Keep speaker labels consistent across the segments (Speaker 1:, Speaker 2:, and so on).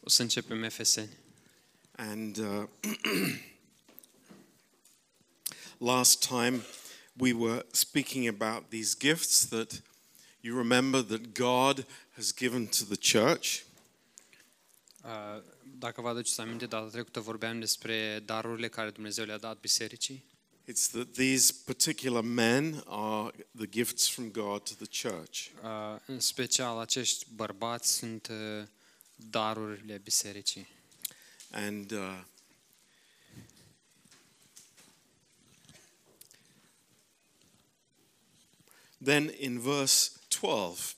Speaker 1: O să începem Efeseni.
Speaker 2: And uh, last time we were speaking about these gifts that you remember that God has given to the church.
Speaker 1: Uh, Dacă vă aduceți aminte, data trecută vorbeam despre darurile care Dumnezeu le-a dat bisericii.
Speaker 2: It's that these particular men are the gifts from God to the church.
Speaker 1: Uh, În special, acești bărbați sunt uh, darurile bisericii.
Speaker 2: And uh, then in verse 12,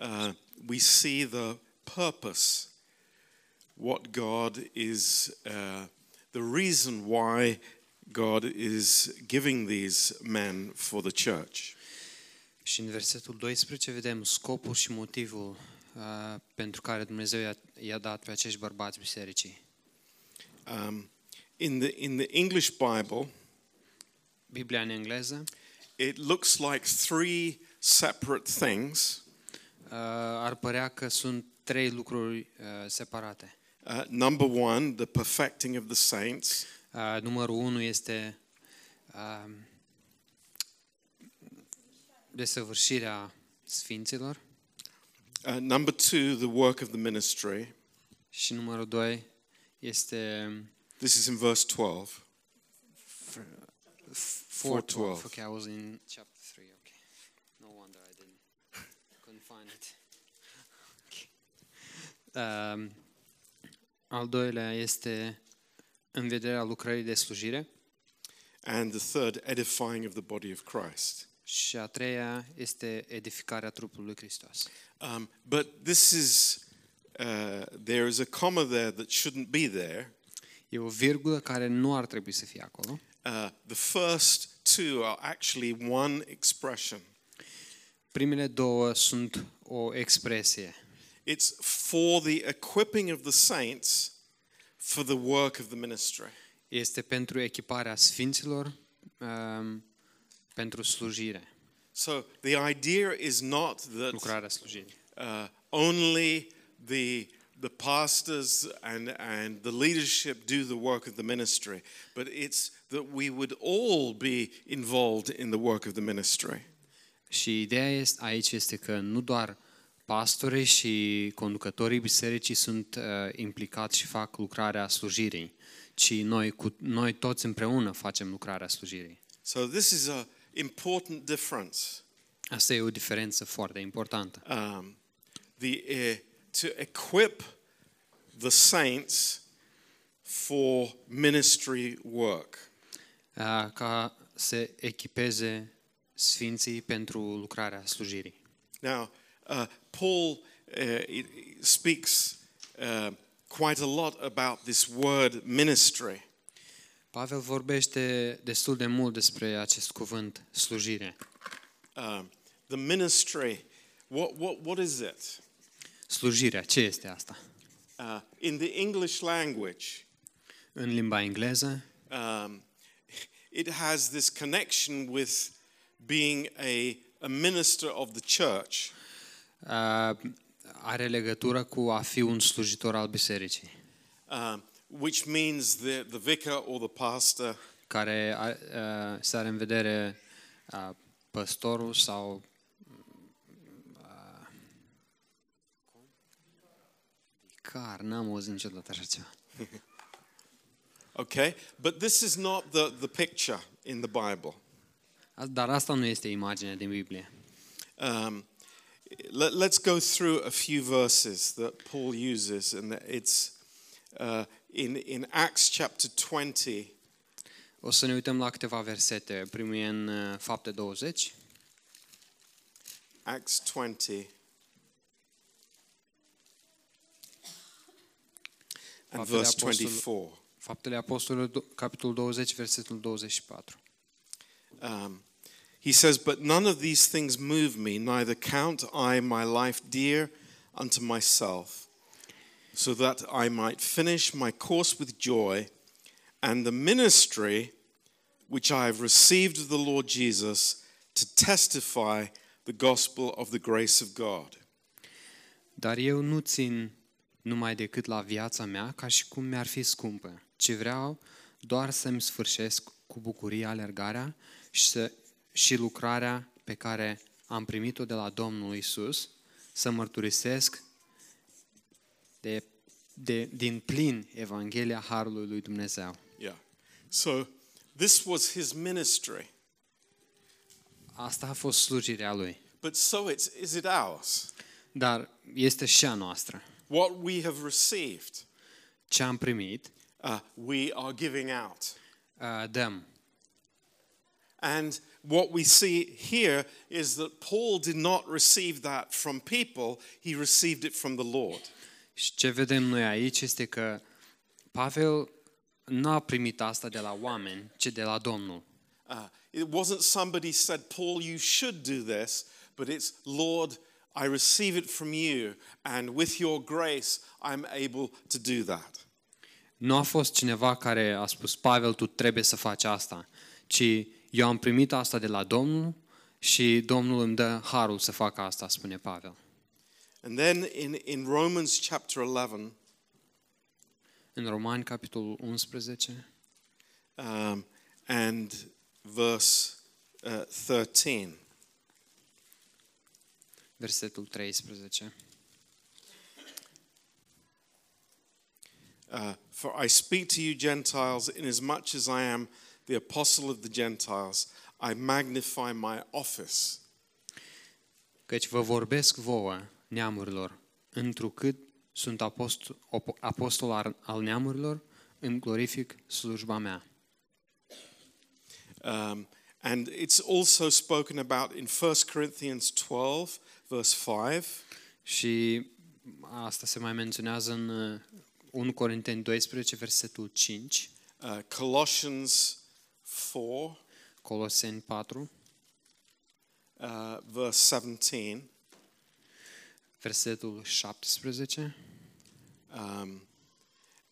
Speaker 2: uh, we see the purpose, what God is, uh, the reason why God is giving these men for the church.
Speaker 1: Și în versetul 12 vedem scopul și motivul uh, pentru care Dumnezeu i-a, i-a dat pe acești bărbați bisericii.
Speaker 2: Um, in, the, in the English Bible,
Speaker 1: Biblia în engleză
Speaker 2: it looks like three separate things.
Speaker 1: uh, ar părea că sunt trei lucruri uh, separate.
Speaker 2: Uh, number one, the perfecting of the saints.
Speaker 1: Uh, Numărul 1 este uh, desăvârșirea sfinților
Speaker 2: Uh, number two, the work of the ministry.
Speaker 1: și numărul 2 este
Speaker 2: This is in verse 12. 412.
Speaker 1: 412. Okay, I was in chapter 3. Okay. No wonder I didn't couldn't find it. Okay. Um, al doilea este în vederea lucrării de slujire
Speaker 2: And the third, edifying of the body of Christ.
Speaker 1: și a treia este edificarea trupului lui Hristos.
Speaker 2: Um, but this is, uh, there is a comma there that shouldn't be there.
Speaker 1: E o virgulă care nu ar trebui să fie acolo.
Speaker 2: Uh, the first two are actually one expression.
Speaker 1: Primele două sunt o expresie.
Speaker 2: It's for the equipping of the saints for the work of the ministry.
Speaker 1: Este pentru echiparea sfinților um, pentru slujire,
Speaker 2: So the idea is not that
Speaker 1: lucrarea slujirii.
Speaker 2: uh, only the the pastors and and the leadership do the work of the ministry, but it's that we would all be involved in the work of the ministry.
Speaker 1: Și ideea este, aici este că nu doar pastorii și conducătorii bisericii sunt uh, implicați și fac lucrarea slujirii, ci noi, cu, noi toți împreună facem lucrarea slujirii.
Speaker 2: So this is a important difference.
Speaker 1: Asta e o diferență foarte importantă.
Speaker 2: Um, the uh, to equip the saints for ministry work.
Speaker 1: Uh, ca să echipeze sfinții pentru lucrarea slujirii.
Speaker 2: Now, uh, Paul uh, it- it speaks uh, quite a lot about this word ministry.
Speaker 1: Pavel vorbește destul de mult despre acest cuvânt, slujire.
Speaker 2: Um, the ministry, what, what, what is it?
Speaker 1: Slujirea, ce este asta?
Speaker 2: Uh, in the English language,
Speaker 1: În limba engleză
Speaker 2: um, it has this connection with being a, a minister of the church.
Speaker 1: uh, are legătură cu a fi un slujitor al bisericii,
Speaker 2: um, which means the, the vicar or the pastor
Speaker 1: care a- uh, se are în vedere uh, păstorul sau uh, vicar, n-am auzit niciodată așa ceva.
Speaker 2: okay but this is not the, the picture in the bible
Speaker 1: A- Dar asta nu este imaginea din Biblie.
Speaker 2: Um, let, us go through a few verses that Paul uses, and that it's uh, in, in Acts chapter 20,
Speaker 1: O să ne uităm la câteva versete. Primul e în uh, Fapte 20.
Speaker 2: Acts 20, and
Speaker 1: Faptele
Speaker 2: verse
Speaker 1: Apostol-
Speaker 2: 24.
Speaker 1: Faptele Apostolilor, do- capitolul 20, versetul 24.
Speaker 2: Um, he says, But none of these things move me, neither count I my life dear unto myself, so that I might finish my course with joy and the ministry which I have received of the Lord Jesus to testify the gospel of the grace of God.
Speaker 1: Dar eu nu țin numai decât la viața mea ca și cum mi-ar fi scumpă, ci vreau doar să-mi sfârșesc cu bucurie alergarea și, să, și lucrarea pe care am primit-o de la Domnul Isus, să mărturisesc de, de, din plin Evanghelia Harului lui Dumnezeu.
Speaker 2: Yeah. So this was his ministry.
Speaker 1: Asta a fost slujirea lui.
Speaker 2: But so it's, is it ours?
Speaker 1: Dar este și a noastră.
Speaker 2: What we have received,
Speaker 1: Ce am primit,
Speaker 2: uh, we are giving out.
Speaker 1: uh, dăm.
Speaker 2: And what we see here is that Paul did not receive that from people, he received it from the Lord.
Speaker 1: Și ce vedem noi aici este că Pavel nu a primit asta de la oameni, ci de la Domnul.
Speaker 2: Uh, it wasn't somebody said, Paul, you should do this, but it's, Lord, I receive it from you, and with your grace, I'm able to do that.
Speaker 1: Nu a fost cineva care a spus, Pavel, tu trebuie să faci asta, ci eu am primit asta de la Domnul și Domnul îmi dă harul să fac asta, spune Pavel.
Speaker 2: And then in, in Romans chapter 11,
Speaker 1: În Romani, capitolul 11,
Speaker 2: um, and verse uh, 13.
Speaker 1: versetul 13.
Speaker 2: Uh, For I speak to you, Gentiles, inasmuch as I am the apostle of the Gentiles, I magnify my office.
Speaker 1: Căci vă vorbesc vouă, neamurilor, întrucât sunt apost- op- apostol ar- al neamurilor, îmi glorific slujba mea.
Speaker 2: Um, and it's also spoken about in 1 Corinthians 12, verse 5.
Speaker 1: Și asta se mai menționează în uh, 1 Corinteni 12, versetul 5,
Speaker 2: Uh, Colossians 4,
Speaker 1: Coloseni 4,
Speaker 2: uh, verse 17.
Speaker 1: versetul 17,
Speaker 2: Um,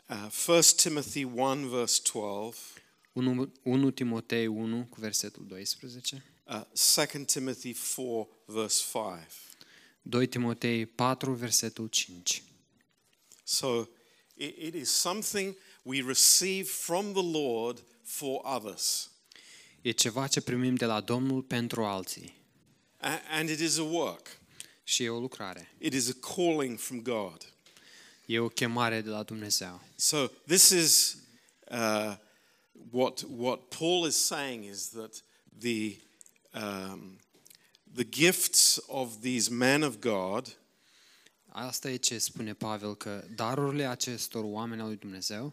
Speaker 2: uh, 1 Timothy 1, verse 12.
Speaker 1: 1, 1 Timotei 1 cu versetul 12,
Speaker 2: Uh, 2 Timothy 4, verse 5.
Speaker 1: 2 Timotei 4, versetul 5.
Speaker 2: So it, it is something we receive from the Lord for others,
Speaker 1: E ceva ce primim de la Domnul pentru alții
Speaker 2: A- and it is a work.
Speaker 1: și e o lucrare.
Speaker 2: It is a calling from God.
Speaker 1: E o chemare de la Dumnezeu.
Speaker 2: So this is uh, what what Paul is saying is that the um, the gifts of these men of God
Speaker 1: Asta e ce spune Pavel, că darurile acestor oameni al lui Dumnezeu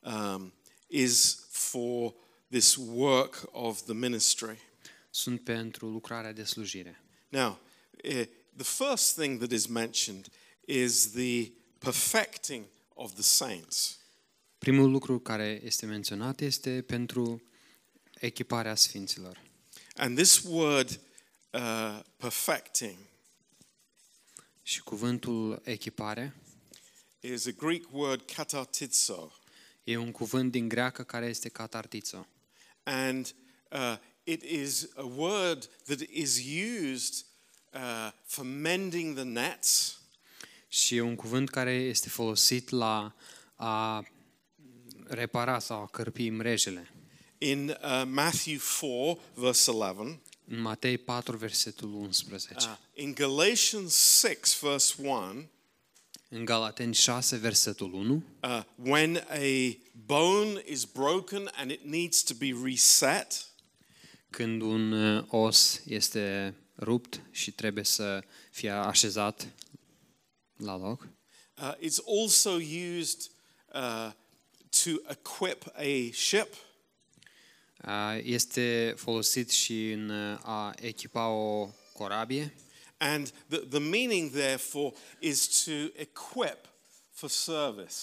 Speaker 2: um, is for this work of the ministry.
Speaker 1: sunt pentru lucrarea de slujire.
Speaker 2: Now, eh, the first thing that is mentioned is the perfecting of the saints.
Speaker 1: Primul lucru care este menționat este pentru echiparea sfinților.
Speaker 2: And this word, uh, perfecting,
Speaker 1: Și cuvântul echipare
Speaker 2: is a Greek word katartizo.
Speaker 1: e un cuvânt din greacă care este catartizo.
Speaker 2: And uh, it is a word that is used uh, for mending the nets,
Speaker 1: Și e un cuvânt care este folosit la a repara sau a cărpi mrejele.
Speaker 2: in uh, Matthew 4, verse 11,
Speaker 1: În Matei 4, versetul 11.
Speaker 2: uh, in Galatians 6, verse 1.
Speaker 1: În Galateni 6, versetul 1.
Speaker 2: Uh, when a bone is broken and it needs to be reset,
Speaker 1: când un uh, os este rupt și trebuie să fie așezat la loc.
Speaker 2: uh, it's also used uh, to equip a ship.
Speaker 1: Uh, Este folosit și în uh, a echipa o corabie
Speaker 2: And the, the meaning, therefore, is to equip for service.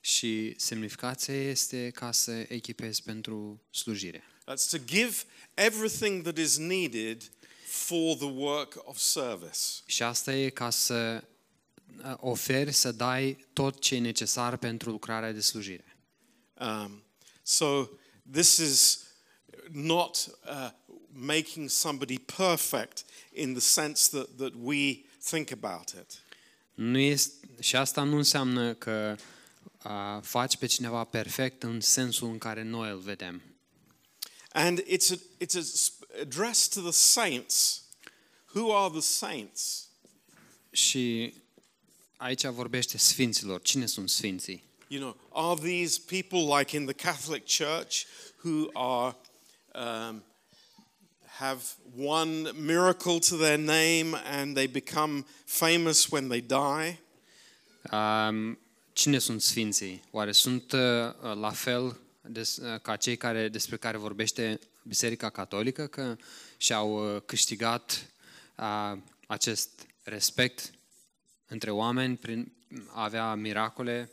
Speaker 1: și semnificația este ca să echipezi pentru slujire.
Speaker 2: That's to give everything that is needed for the work of service.
Speaker 1: Și asta e ca să uh, oferi, să dai tot ce e necesar pentru lucrarea de slujire.
Speaker 2: Um, so this is not uh, making somebody perfect in the sense that, that we think about it.
Speaker 1: Nu este, Și asta nu înseamnă că a, faci pe cineva perfect în sensul în care noi îl vedem.
Speaker 2: And it's, a, it's a sp- addressed to the saints. Who are the saints?
Speaker 1: Și aici vorbește sfinților. Cine sunt sfinții?
Speaker 2: You know, are these people like in the Catholic Church who are um, have one miracle to their name and they become famous when they die?
Speaker 1: Um, cine sunt sfinții? Oare sunt uh, la fel des, uh, ca cei care, despre care vorbește Biserica Catolică, că și-au uh, câștigat uh, acest respect între oameni prin a avea miracole?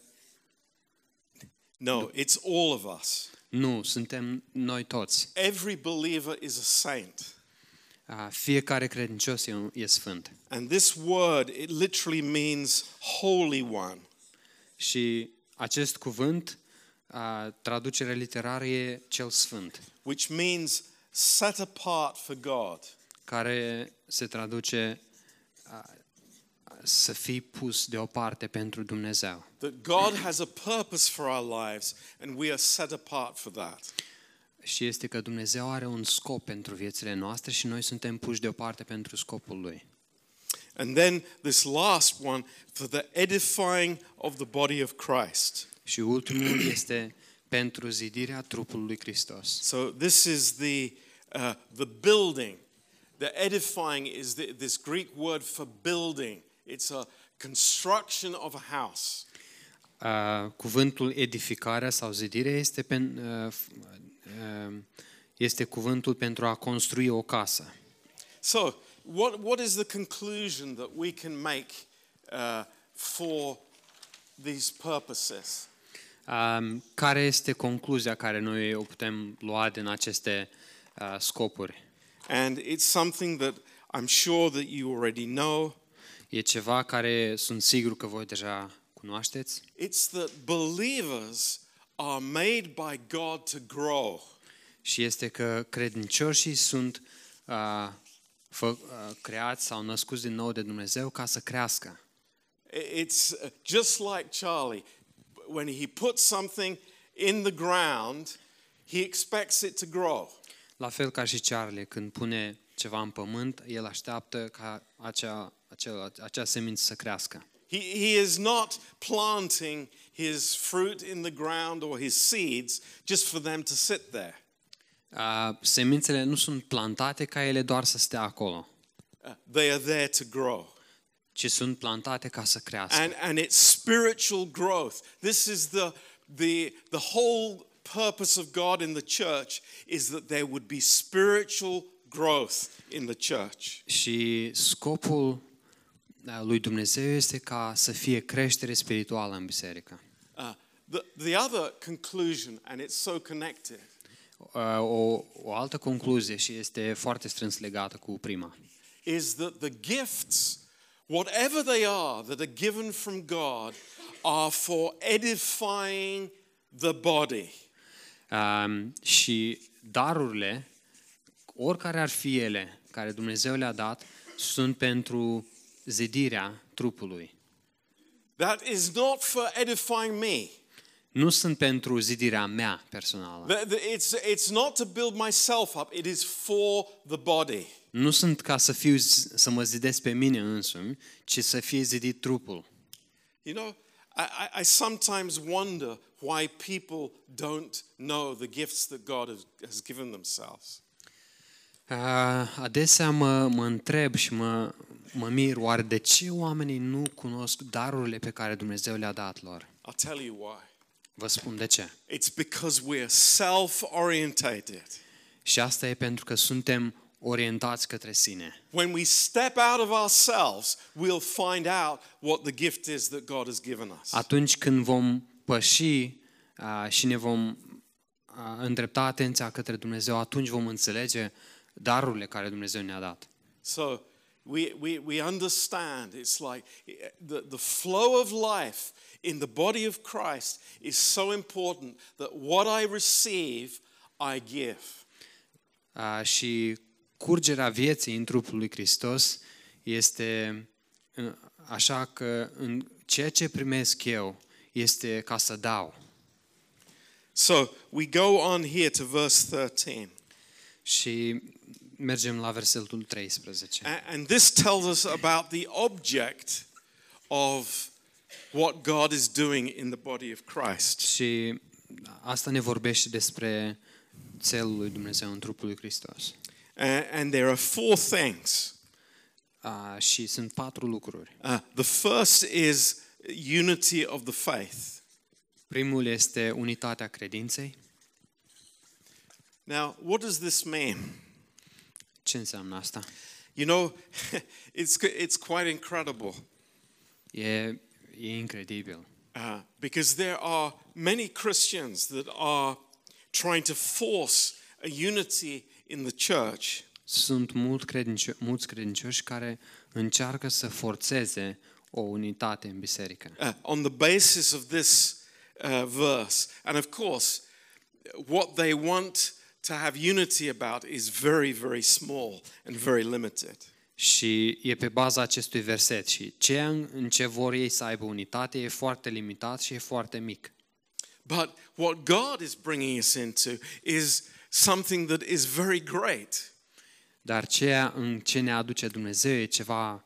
Speaker 2: No, it's all of us.
Speaker 1: Nu, suntem noi toți.
Speaker 2: Every believer is a saint.
Speaker 1: Uh, fiecare credincios e, un- e sfânt.
Speaker 2: And this word, it literally means holy one.
Speaker 1: Și acest cuvânt, uh, traducere literară, e cel sfânt,
Speaker 2: which means set apart for God.
Speaker 1: care se traduce uh, să fii pus deoparte pentru Dumnezeu.
Speaker 2: That God has a purpose for our lives and we are set apart for that.
Speaker 1: Și este că Dumnezeu are un scop pentru viețile noastre și noi suntem puși deoparte pentru scopul Lui.
Speaker 2: And then this last one for the edifying of the body of Christ.
Speaker 1: Și ultimul este pentru zidirea trupului lui Hristos.
Speaker 2: So this is the uh, the building. The edifying is the, this Greek word for building. It's a construction of a house.
Speaker 1: Uh, Cuvântul edificarea sau zidire este, pen, uh, f- uh, este cuvântul pentru a construi o casă.
Speaker 2: So, what, what is the conclusion that we can make uh, for these purposes?
Speaker 1: Um, care este concluzia care noi o putem lua din aceste uh, scopuri?
Speaker 2: And it's something that I'm sure that you already know.
Speaker 1: E ceva care sunt sigur că voi deja cunoașteți.
Speaker 2: It's that believers are made by God to grow.
Speaker 1: Și este că credincioșii sunt uh, fă, uh, creați sau născuți din nou de Dumnezeu ca să crească.
Speaker 2: I- It's uh, just like Charlie. When he puts something in the ground, he expects it to grow.
Speaker 1: La fel ca și Charlie, când pune ceva în pământ, el așteaptă ca acea, acea, acea semință să crească.
Speaker 2: He, he is not planting his fruit in the ground or his seeds just for them to sit there.
Speaker 1: Uh, semințele nu sunt plantate ca ele doar să stea acolo,
Speaker 2: Uh, They are there to grow.
Speaker 1: ci sunt plantate ca să crească.
Speaker 2: And, and it's spiritual growth. This is the, the, the whole purpose of God in the church is that there would be spiritual growth in the church.
Speaker 1: Și scopul uh, lui Dumnezeu este ca să fie creștere spirituală în biserică.
Speaker 2: Uh, the, the other conclusion, and it's so connected,
Speaker 1: Uh, O, o altă concluzie și este foarte strâns legată cu prima.
Speaker 2: is that the gifts, whatever they are, that are given from God, are for edifying the body.
Speaker 1: Um, și darurile, oricare ar fi ele, care Dumnezeu le-a dat, sunt pentru zidirea trupului.
Speaker 2: That is not for edifying me.
Speaker 1: Nu sunt pentru zidirea mea personală.
Speaker 2: The- the- It's, it's not to build myself up, it is for the body.
Speaker 1: Nu sunt ca să fiu z- să mă zidesc pe mine însumi, ci să fie zidit trupul.
Speaker 2: You know, I, I I sometimes wonder why people don't know the gifts that God has, has given themselves.
Speaker 1: A, Ah, Adesea mă, mă întreb și mă, mă mir oare de ce oamenii nu cunosc darurile pe care Dumnezeu le-a dat lor.
Speaker 2: I'll tell you why.
Speaker 1: Vă spun de ce.
Speaker 2: It's because we're self orientated.
Speaker 1: Și asta e pentru că suntem orientați către sine.
Speaker 2: When we step out of ourselves, we'll find out what the gift is that God has given us.
Speaker 1: Atunci când vom păși a, și ne vom a, îndrepta atenția către Dumnezeu, atunci vom înțelege darurile care Dumnezeu ne-a dat.
Speaker 2: So we, we, we understand it's like eh, the, the flow of life in the body of Christ is so important that what I receive, I give.
Speaker 1: A, și curgerea vieții în trupul lui Hristos este uh, Așa că în ceea ce primesc eu este ca să dau.
Speaker 2: So we go on here to verse 13.
Speaker 1: Și mergem la versetul 13.
Speaker 2: A- And this tells us about the object of what God is doing in the body of Christ.
Speaker 1: Și asta ne vorbește despre țelul lui Dumnezeu în trupul lui Hristos.
Speaker 2: A- And there are four things.
Speaker 1: A, și sunt patru lucruri.
Speaker 2: Uh, the first is unity of the faith.
Speaker 1: Primul este unitatea credinței.
Speaker 2: Now, what does this mean?
Speaker 1: Ce înseamnă asta?
Speaker 2: You know, it's, it's quite incredible
Speaker 1: E, e incredibil.
Speaker 2: uh, because there are many Christians that are trying to force a unity in the church.
Speaker 1: Sunt mult credincio- mulți credincioși care încearcă să forțeze o unitate în biserică.
Speaker 2: uh, on the basis of this uh, verse. And of course, what they want to have unity about is very, very small and very limited.
Speaker 1: Și e pe baza acestui verset și ceea în în ce vor ei să aibă unitate e foarte limitat și e foarte mic.
Speaker 2: But what God is bringing us into is something that is very great.
Speaker 1: Dar ceea în ce ne aduce Dumnezeu e ceva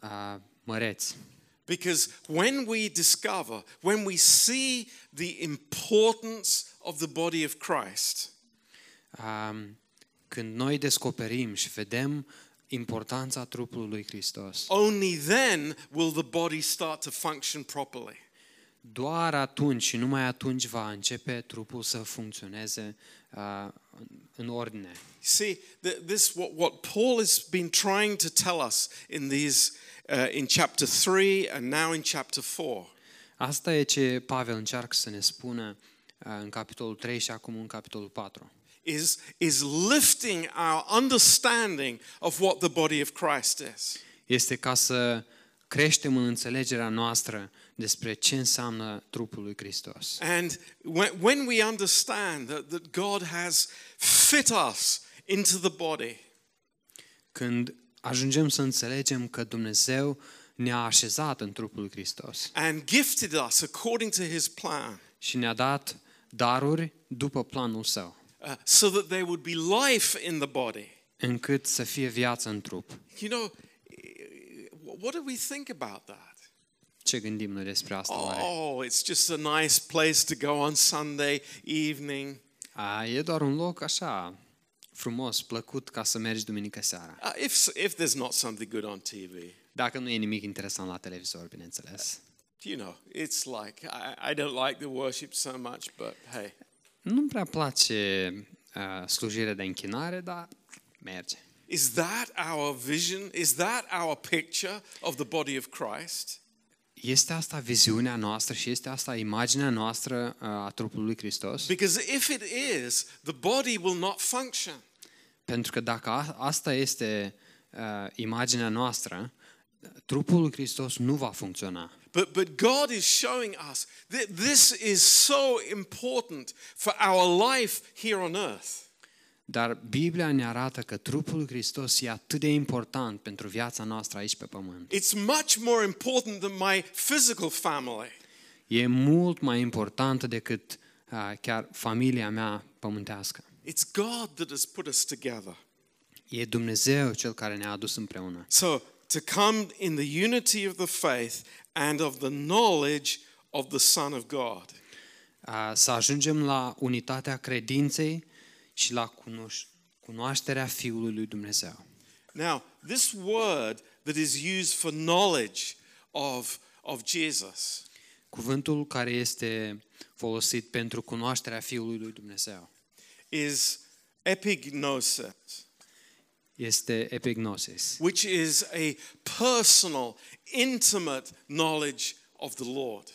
Speaker 1: a, măreț.
Speaker 2: Because when we discover, when we see the importance of the body of Christ,
Speaker 1: A, când noi descoperim și vedem importanța trupului lui Hristos,
Speaker 2: only then will the body start to function properly.
Speaker 1: doar atunci și numai atunci va începe trupul să funcționeze a, în- în ordine.
Speaker 2: See, th- this what, what Paul has been trying to tell us in these uh, in chapter three and now in chapter four.
Speaker 1: Asta e ce Pavel încearcă să ne spună a, în capitolul 3 și acum în capitolul 4.
Speaker 2: Is, is lifting our understanding of what the body of Christ is.
Speaker 1: Este ca să creștem în înțelegerea noastră despre ce înseamnă trupul lui Hristos.
Speaker 2: And when, when we understand that, that God has fit us into the body,
Speaker 1: Când ajungem să înțelegem că Dumnezeu ne-a așezat în trupul lui Hristos
Speaker 2: and gifted us according to his plan,
Speaker 1: și ne-a dat daruri după planul său,
Speaker 2: uh, so that there would be life in the body.
Speaker 1: încât să fie viață în trup.
Speaker 2: You know, eh, what do we think about that?
Speaker 1: Ce gândim noi despre asta oare?
Speaker 2: Oh, it's just a nice place to go on Sunday evening.
Speaker 1: A, e doar un loc așa frumos, plăcut ca să mergi duminică seara.
Speaker 2: Uh, if, if there's not something good on TV,
Speaker 1: Dacă nu e nimic interesant la televizor, bineînțeles.
Speaker 2: you know, it's like, I, I don't like the worship so much, but hey.
Speaker 1: Nu-mi prea place uh, slujirea de închinare, dar merge.
Speaker 2: Is that our vision? Is that our picture of the body of Christ?
Speaker 1: Este asta viziunea noastră și este asta imaginea noastră uh, a trupului lui Hristos?
Speaker 2: Because if it is, the body will not function.
Speaker 1: Pentru că dacă a- asta este uh, imaginea noastră, trupul lui Hristos nu va funcționa.
Speaker 2: But, but God is showing us that this is so important for our life here on earth.
Speaker 1: Dar Biblia ne arată că trupul lui Hristos e atât de important pentru viața noastră aici pe pământ.
Speaker 2: It's much more important than my physical family.
Speaker 1: E mult mai important decât uh, chiar familia mea pământească.
Speaker 2: It's God that has put us together.
Speaker 1: E Dumnezeu cel care ne-a adus împreună.
Speaker 2: So, to come in the unity of the faith and of the knowledge of the Son of God.
Speaker 1: A, Să ajungem la unitatea credinței și la cunoș- cunoașterea Fiului lui Dumnezeu.
Speaker 2: Now, this word that is used for knowledge of, of Jesus
Speaker 1: Cuvântul care este folosit pentru cunoașterea Fiului lui Dumnezeu
Speaker 2: is epignosis,
Speaker 1: este epignosis,
Speaker 2: which is a personal, intimate knowledge of the Lord.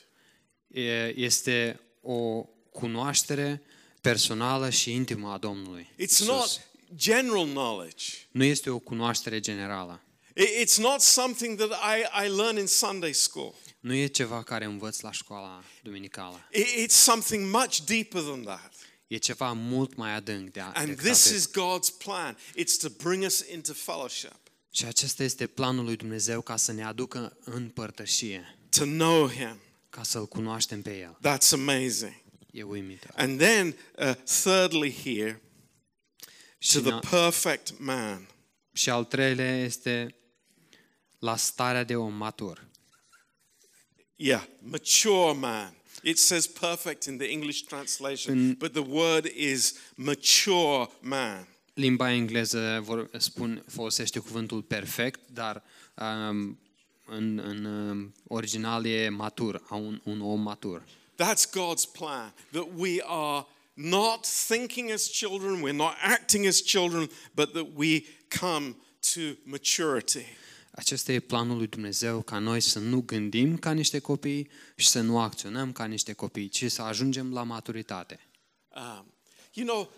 Speaker 1: E- este o cunoaștere personală și intimă a Domnului.
Speaker 2: It's
Speaker 1: Isus.
Speaker 2: not general knowledge.
Speaker 1: Nu este o cunoaștere generală.
Speaker 2: It- It's not something that I, I learn in Sunday school.
Speaker 1: Nu e ceva care învăț la școala duminicală.
Speaker 2: It- It's something much deeper than that.
Speaker 1: E ceva mult mai adânc de a,
Speaker 2: And
Speaker 1: decât
Speaker 2: this
Speaker 1: atât.
Speaker 2: is God's plan it's to bring us into fellowship.
Speaker 1: Și acesta este planul lui Dumnezeu ca să ne aducă în părtășie,
Speaker 2: to know Him.
Speaker 1: ca să-L cunoaștem pe El.
Speaker 2: That's amazing.
Speaker 1: E uimitor.
Speaker 2: And then, uh, thirdly, here,
Speaker 1: Și,
Speaker 2: to the
Speaker 1: na,
Speaker 2: perfect man.
Speaker 1: și al treilea este la starea de om matur.
Speaker 2: Yeah, mature man. It says perfect in the English translation, but the word is mature man.
Speaker 1: Limba engleză vor, spun, folosește cuvântul perfect, dar um, în, în um, original e matur, a un, un om matur.
Speaker 2: That's God's plan that we are not thinking as children, we're not acting as children, but that we come to maturity.
Speaker 1: Acesta e planul lui Dumnezeu, ca noi să nu gândim ca niște copii și să nu acționăm ca niște copii, ci să ajungem la maturitate.
Speaker 2: Um, you know,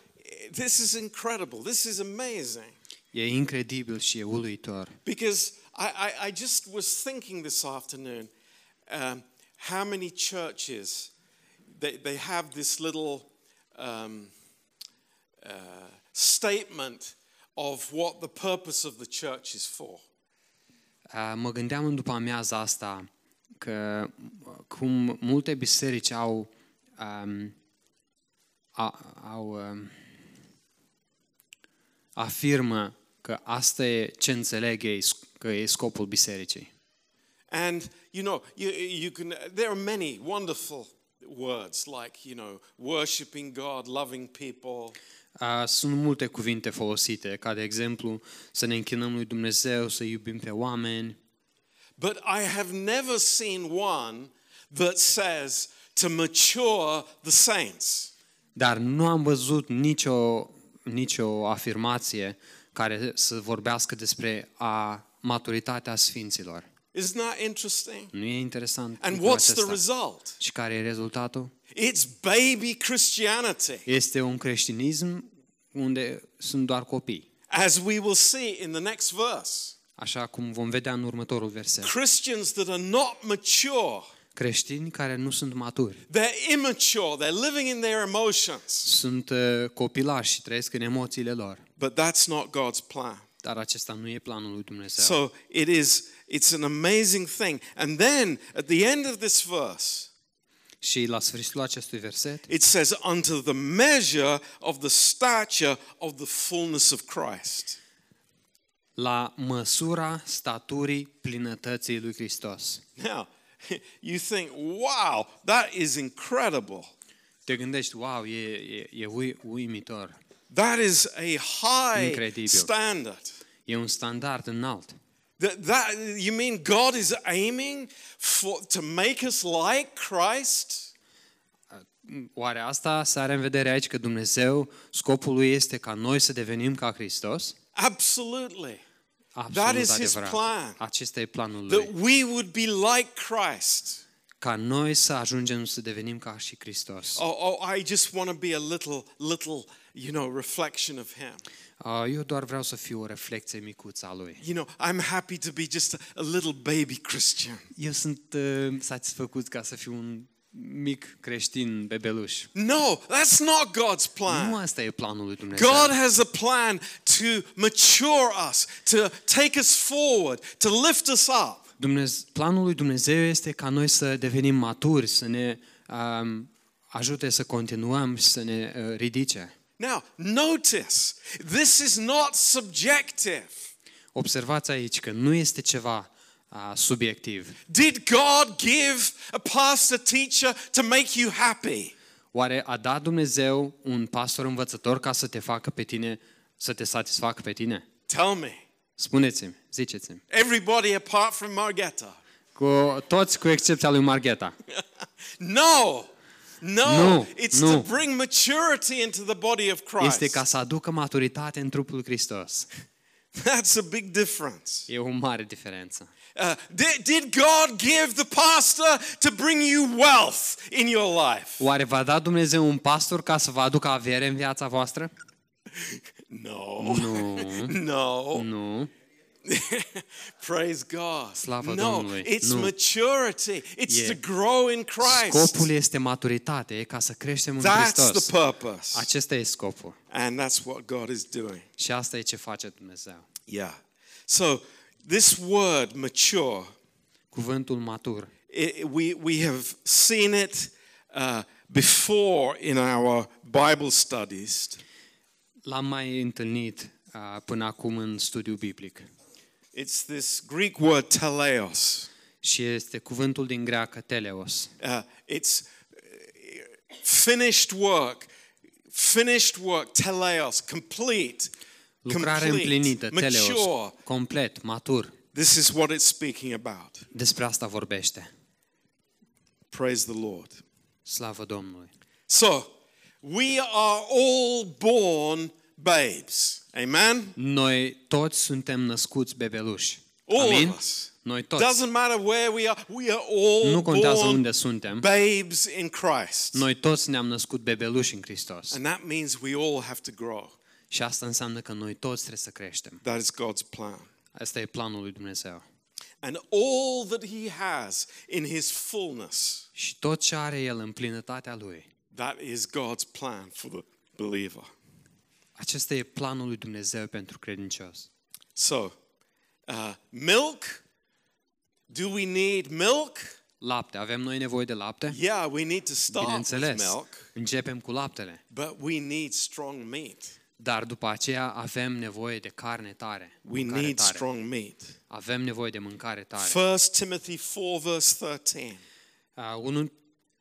Speaker 2: this is incredible. This is amazing
Speaker 1: E incredibil și e uluitor.
Speaker 2: because I, I, I just was thinking this afternoon um, how many churches they, they have this little um, uh, statement of what the purpose of the church is for.
Speaker 1: A, Ah, Mă gândeam în după amiaza asta că cum multe biserici au um, a, au um, afirmă că asta e ce înțeleg ei, sc- că e scopul bisericii.
Speaker 2: And you know, you, you can. There are many wonderful words like you know, worshiping God, loving people,
Speaker 1: A, Ah, Sunt multe cuvinte folosite, ca de exemplu să ne închinăm lui Dumnezeu, să iubim pe oameni,
Speaker 2: but I have never seen one that says to mature the saints.
Speaker 1: dar nu am văzut nicio, nicio afirmație care să vorbească despre a maturitatea sfinților.
Speaker 2: Isn't that interesting?
Speaker 1: Nu e interesant?
Speaker 2: And
Speaker 1: lucrul
Speaker 2: what's the
Speaker 1: acesta?
Speaker 2: result?
Speaker 1: Și care e rezultatul?
Speaker 2: It's baby Christianity,
Speaker 1: Este un creștinism unde sunt doar copii.
Speaker 2: as we will see in the next verse.
Speaker 1: Așa cum vom vedea în următorul verset.
Speaker 2: Christians that are not mature,
Speaker 1: Creștini care nu sunt maturi,
Speaker 2: they're immature, they're living in their emotions.
Speaker 1: sunt uh, copilași și trăiesc în emoțiile lor.
Speaker 2: But that's not God's plan.
Speaker 1: Dar acesta nu e planul lui Dumnezeu. So,
Speaker 2: So it is it's an amazing thing. And then at the end of this verse,
Speaker 1: și la sfârșitul acestui verset
Speaker 2: it says unto the measure of the stature of the fullness of Christ.
Speaker 1: la măsura staturii plinătății lui Hristos.
Speaker 2: Now, you think, wow, that is incredible.
Speaker 1: Te gândești, wow, e, e, e ui, uimitor.
Speaker 2: That is a high
Speaker 1: Incredibil.
Speaker 2: standard.
Speaker 1: E un standard înalt.
Speaker 2: That, that you mean God is aiming for to make us like Christ?
Speaker 1: Oare asta se are în vedere aici că Dumnezeu, scopul lui este ca noi să devenim ca Hristos?
Speaker 2: Absolutely.
Speaker 1: Absolut
Speaker 2: is his
Speaker 1: adevărat.
Speaker 2: plan.
Speaker 1: Acesta e planul
Speaker 2: That
Speaker 1: lui.
Speaker 2: we would be like Christ.
Speaker 1: Ca noi să ajungem să devenim ca și Hristos.
Speaker 2: Oh, oh, I just want to be a little, little, you know, reflection of him.
Speaker 1: Uh, Eu doar vreau să fiu o reflecție micuță a lui.
Speaker 2: You know, I'm happy to be just a, a little baby Christian.
Speaker 1: Eu sunt uh, satisfăcut ca să fiu un mic creștin bebeluș.
Speaker 2: No, that's not God's
Speaker 1: Nu
Speaker 2: plan.
Speaker 1: asta e planul lui Dumnezeu.
Speaker 2: God has a plan to mature us, to take us forward, to lift us up.
Speaker 1: Dumnez- planul lui Dumnezeu este ca noi să devenim maturi, să ne um, ajute să continuăm și să ne uh, ridice.
Speaker 2: Now, notice this is not subjective.
Speaker 1: Observați aici că nu este ceva uh, subiectiv.
Speaker 2: Did God give a pastor teacher to make you happy?
Speaker 1: Oare a dat Dumnezeu un pastor învățător ca să te facă pe tine, să te satisfacă pe tine?
Speaker 2: Tell me.
Speaker 1: Spuneți-mi, ziceți-mi.
Speaker 2: Everybody apart from Margetta.
Speaker 1: Cu toți cu excepția lui Margheta.
Speaker 2: No, no,
Speaker 1: No,
Speaker 2: it's
Speaker 1: no.
Speaker 2: to bring maturity into the body of Christ.
Speaker 1: Este ca să aducă maturitate în trupul Hristos.
Speaker 2: That's a big difference.
Speaker 1: E o mare diferență.
Speaker 2: Uh, did, did God give the pastor to bring you wealth in your life?
Speaker 1: Oare v-a dat Dumnezeu un pastor ca să vă aducă avere în viața voastră?
Speaker 2: No, no.
Speaker 1: Nu.
Speaker 2: Praise God.
Speaker 1: Slava
Speaker 2: no,
Speaker 1: Domnului.
Speaker 2: it's
Speaker 1: Nu.
Speaker 2: maturity. It's
Speaker 1: E-
Speaker 2: to grow in Christ.
Speaker 1: Scopul este maturitate, e ca să creștem în
Speaker 2: That's the
Speaker 1: Hristos.
Speaker 2: purpose,
Speaker 1: Acesta e scopul.
Speaker 2: and that's what God is doing.
Speaker 1: Și asta e ce face Dumnezeu.
Speaker 2: Yeah. So, this word mature,
Speaker 1: Cuvântul matur.
Speaker 2: it, we, we have seen it uh, before in our Bible studies.
Speaker 1: L-am mai întâlnit uh, până acum în studiu biblic.
Speaker 2: It's this Greek word teleos.
Speaker 1: Și este cuvântul din greacă teleos.
Speaker 2: Uh, it's uh, finished work, finished work, teleos, complete,
Speaker 1: Lucrare împlinită,
Speaker 2: complete,
Speaker 1: teleos,
Speaker 2: mature.
Speaker 1: complet, matur.
Speaker 2: This is what it's speaking about.
Speaker 1: Despre asta vorbește.
Speaker 2: Praise the Lord.
Speaker 1: Slavă Domnului.
Speaker 2: So, we are all born babes. Amen?
Speaker 1: Noi toți suntem născuți bebeluși.
Speaker 2: All
Speaker 1: Amin?
Speaker 2: of us.
Speaker 1: Noi toți.
Speaker 2: Doesn't matter where we are, we are all
Speaker 1: Nu contează
Speaker 2: born
Speaker 1: unde suntem.
Speaker 2: babes in Christ.
Speaker 1: Noi toți ne-am născut bebeluși în Hristos.
Speaker 2: And that means we all have to grow.
Speaker 1: Și asta înseamnă că noi toți trebuie să creștem.
Speaker 2: That is God's plan.
Speaker 1: Asta e planul lui Dumnezeu.
Speaker 2: And all that He has in His fullness,
Speaker 1: Și tot ce are El în plinătatea Lui,
Speaker 2: that is God's plan for the believer.
Speaker 1: acesta e planul lui Dumnezeu pentru credincios.
Speaker 2: So, uh, milk. Do we need milk?
Speaker 1: Lapte. Avem noi nevoie de lapte?
Speaker 2: Yeah, we need to start with
Speaker 1: Bineînțeles.
Speaker 2: milk,
Speaker 1: Începem cu laptele.
Speaker 2: but we need strong meat.
Speaker 1: Dar după aceea avem nevoie de carne tare.
Speaker 2: We
Speaker 1: mâncare
Speaker 2: need
Speaker 1: tare.
Speaker 2: strong meat.
Speaker 1: Avem nevoie de mâncare tare.
Speaker 2: 1 Timothy 4, verse 13.
Speaker 1: Uh, 1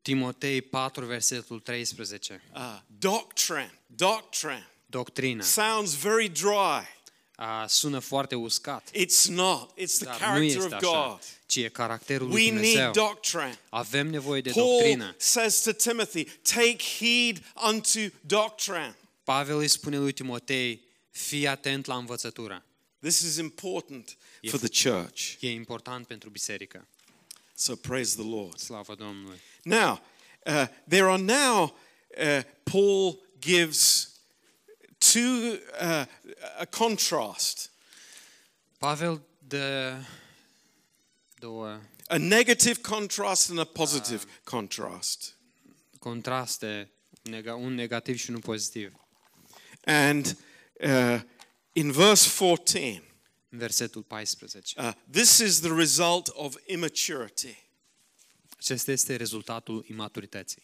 Speaker 1: Timotei 4, versetul 13.
Speaker 2: Uh, doctrine, doctrine.
Speaker 1: Doctrina.
Speaker 2: Sounds very dry.
Speaker 1: Uh, sună foarte uscat,
Speaker 2: It's not. It's the
Speaker 1: dar nu
Speaker 2: character
Speaker 1: este
Speaker 2: of
Speaker 1: așa,
Speaker 2: God.
Speaker 1: ci e caracterul lui
Speaker 2: We need
Speaker 1: Dumnezeu.
Speaker 2: doctrine.
Speaker 1: Avem nevoie de
Speaker 2: Paul
Speaker 1: doctrină.
Speaker 2: says to Timothy, take heed unto doctrine.
Speaker 1: Pavel îi spune lui Timotei, fii atent la învățătură.
Speaker 2: This is important for the church.
Speaker 1: E important pentru biserică.
Speaker 2: So praise the Lord.
Speaker 1: Slavă Domnului.
Speaker 2: Now, uh, there are now, uh, Paul gives two, uh, a contrast,
Speaker 1: Pavel dă două
Speaker 2: a negative contrast and a positive contrast.
Speaker 1: contraste, nega- un negativ și unul pozitiv.
Speaker 2: And uh, in verse 14,
Speaker 1: În versetul 14.
Speaker 2: uh, this is the result of immaturity.
Speaker 1: Acesta este rezultatul imaturității.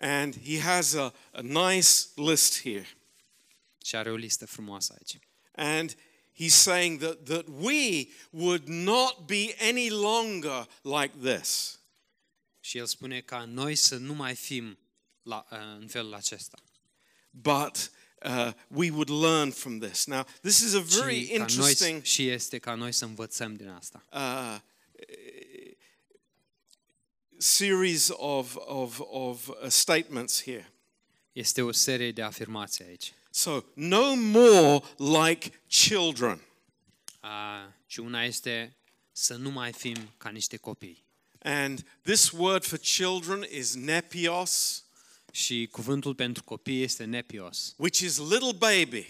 Speaker 2: And he has a, a nice list here.
Speaker 1: Și are o listă frumoasă aici.
Speaker 2: And he's saying that, that we would not be any longer like this.
Speaker 1: Și el spune ca noi să nu mai fim la, ă, în felul acesta.
Speaker 2: But uh, we would learn from this. Now, this is a very
Speaker 1: și, ca noi,
Speaker 2: interesting
Speaker 1: și este ca noi să învățăm din asta.
Speaker 2: uh, series of, of, of uh, statements here.
Speaker 1: Este o serie de afirmații aici.
Speaker 2: So, no more like children.
Speaker 1: A, și una este să nu mai fim ca niște copii.
Speaker 2: And this word for children is nepios,
Speaker 1: Și cuvântul pentru copii este nepios,
Speaker 2: which is little baby,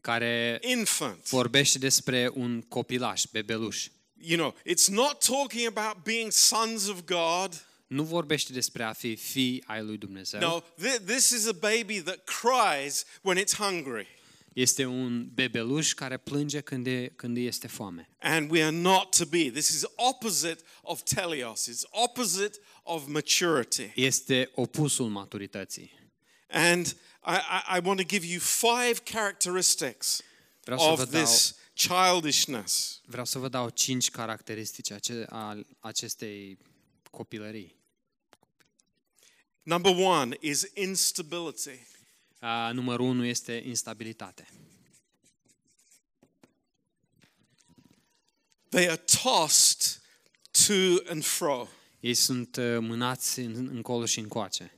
Speaker 1: care
Speaker 2: infant.
Speaker 1: vorbește despre un copilaș, bebeluș.
Speaker 2: You know, it's not talking about being sons of God.
Speaker 1: Nu vorbește despre a fi fii ai lui Dumnezeu.
Speaker 2: No, thi- this is a baby that cries when it's hungry.
Speaker 1: Este un bebeluș care plânge când, e, când îi este foame.
Speaker 2: And we are not to be. This is opposite of teleos, it's opposite of maturity.
Speaker 1: Este opusul maturității.
Speaker 2: And I, I, I want to give you five characteristics
Speaker 1: Vreau să,
Speaker 2: of
Speaker 1: vă dau,
Speaker 2: this childishness.
Speaker 1: vreau să vă dau cinci caracteristici ace, al acestei copilării.
Speaker 2: Number one is instability.
Speaker 1: A, numărul unu este instabilitate.
Speaker 2: They are tossed to and fro.
Speaker 1: Ei sunt uh, mânați în- încolo și încoace.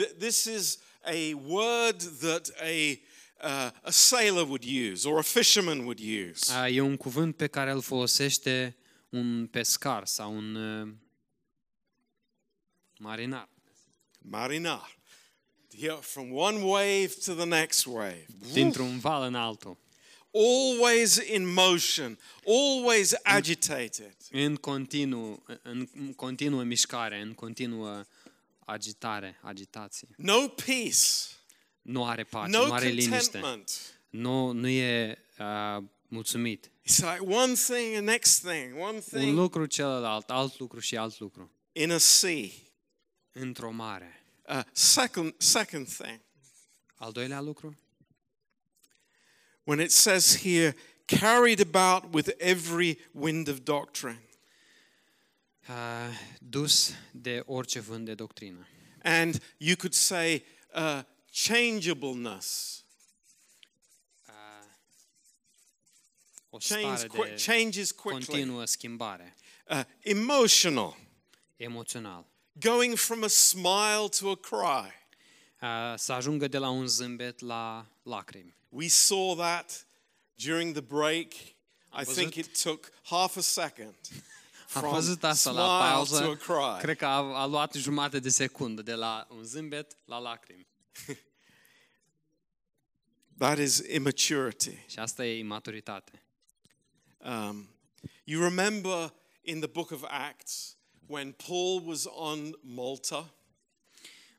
Speaker 2: Th- This is a word that a, uh, a sailor would use or a fisherman would use.
Speaker 1: A, E un cuvânt pe care îl folosește un pescar sau un uh, marinar.
Speaker 2: Marina. Here, from one wave to the next wave.
Speaker 1: Dintr-un val în altul.
Speaker 2: Always in motion, always agitated.
Speaker 1: În continuu, în în continuă mișcare, în continuă agitare, agitație.
Speaker 2: No peace,
Speaker 1: Nu are pace,
Speaker 2: no
Speaker 1: nu are liniște.
Speaker 2: contentment.
Speaker 1: Nu, nu e uh, mulțumit.
Speaker 2: It's like one thing and next thing, one
Speaker 1: Un
Speaker 2: thing
Speaker 1: lucru celălalt, alt lucru și alt lucru.
Speaker 2: in a sea.
Speaker 1: Într-o mare.
Speaker 2: Uh, second, second thing,
Speaker 1: Al doilea lucru?
Speaker 2: when it says here, carried about with every wind of doctrine.
Speaker 1: Uh, dus de orice vânt de doctrină.
Speaker 2: And you could say, uh, changeableness.
Speaker 1: Uh, o
Speaker 2: Change,
Speaker 1: stare
Speaker 2: qui-
Speaker 1: de
Speaker 2: changes quickly.
Speaker 1: continuă schimbare.
Speaker 2: Uh, emotional.
Speaker 1: Emoțional.
Speaker 2: Going from a smile to a cry.
Speaker 1: Uh, să ajungă de la un zâmbet la lacrimi.
Speaker 2: We saw that during the break. I
Speaker 1: Was
Speaker 2: think
Speaker 1: it-
Speaker 2: it took half a second
Speaker 1: Am
Speaker 2: from
Speaker 1: văzut asta la
Speaker 2: smile to a
Speaker 1: pauză.
Speaker 2: cry.
Speaker 1: Cred că a, a luat jumate de secundă de la un zâmbet la lacrimi.
Speaker 2: That is immaturity.
Speaker 1: Și asta e imaturitate.
Speaker 2: Um, you remember in the book of Acts when Paul was on Malta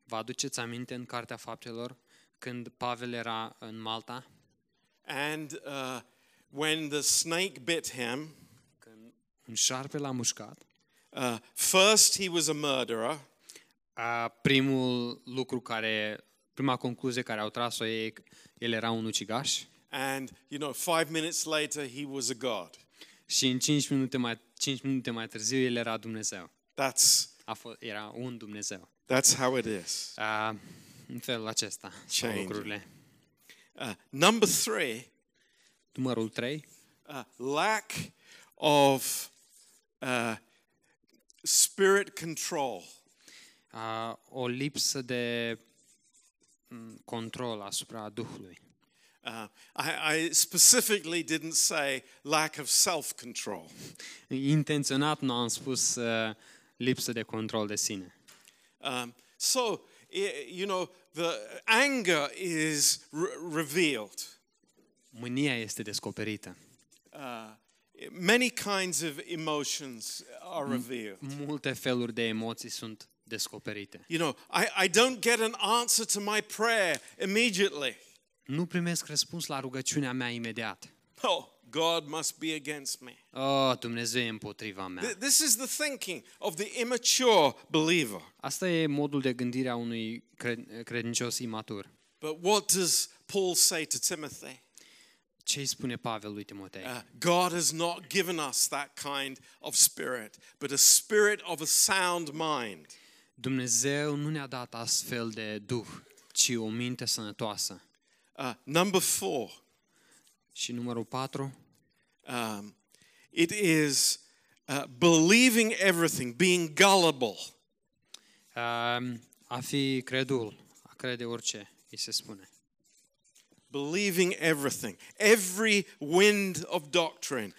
Speaker 1: Vă aduceți aminte în Cartea Faptelor când Pavel era în Malta,
Speaker 2: and uh, when the snake bit him,
Speaker 1: când un șarpe l-a mușcat?
Speaker 2: uh, first he was a murderer,
Speaker 1: A, primul lucru care, prima concluzie care au tras-o ei, el era un ucigaș
Speaker 2: and you know, five minutes later he was a god.
Speaker 1: și în 5 minute mai, 5 minute mai târziu el era Dumnezeu.
Speaker 2: That's,
Speaker 1: A fost, era un Dumnezeu.
Speaker 2: that's how it is.
Speaker 1: A, în felul acesta stau
Speaker 2: Change.
Speaker 1: lucrurile.
Speaker 2: Uh, number three,
Speaker 1: Numărul 3,
Speaker 2: uh, lack of uh, spirit control.
Speaker 1: a, o lipsă de m, control asupra Duhului.
Speaker 2: Uh, I, I specifically didn't say lack of self control.
Speaker 1: Intenționat nu am spus uh, lipsă de control de sine.
Speaker 2: Um, so, i- you know, the anger is re- revealed.
Speaker 1: Mânia este descoperită.
Speaker 2: Uh, many kinds of emotions are revealed.
Speaker 1: Multe feluri de emoții sunt descoperite.
Speaker 2: You know, I, I don't get an answer to my prayer immediately.
Speaker 1: Nu primesc răspuns la rugăciunea mea imediat.
Speaker 2: Oh, God must be against me.
Speaker 1: Oh, Dumnezeu e împotriva mea.
Speaker 2: Th- This is the thinking of the immature believer.
Speaker 1: Asta e modul de gândire a unui cred- credincios imatur.
Speaker 2: But what does Paul say to Timothy?
Speaker 1: Ce îi spune Pavel lui Timotei?
Speaker 2: Uh, God has not given us that kind of spirit, but a spirit of a sound mind.
Speaker 1: Dumnezeu nu ne-a dat astfel de duh, ci o minte sănătoasă.
Speaker 2: Uh, number four,
Speaker 1: Și numărul 4,
Speaker 2: um, it is uh, believing everything, being gullible.
Speaker 1: ehm, a fi credul, a crede orice, îi se spune.
Speaker 2: Believing everything, every wind of doctrine.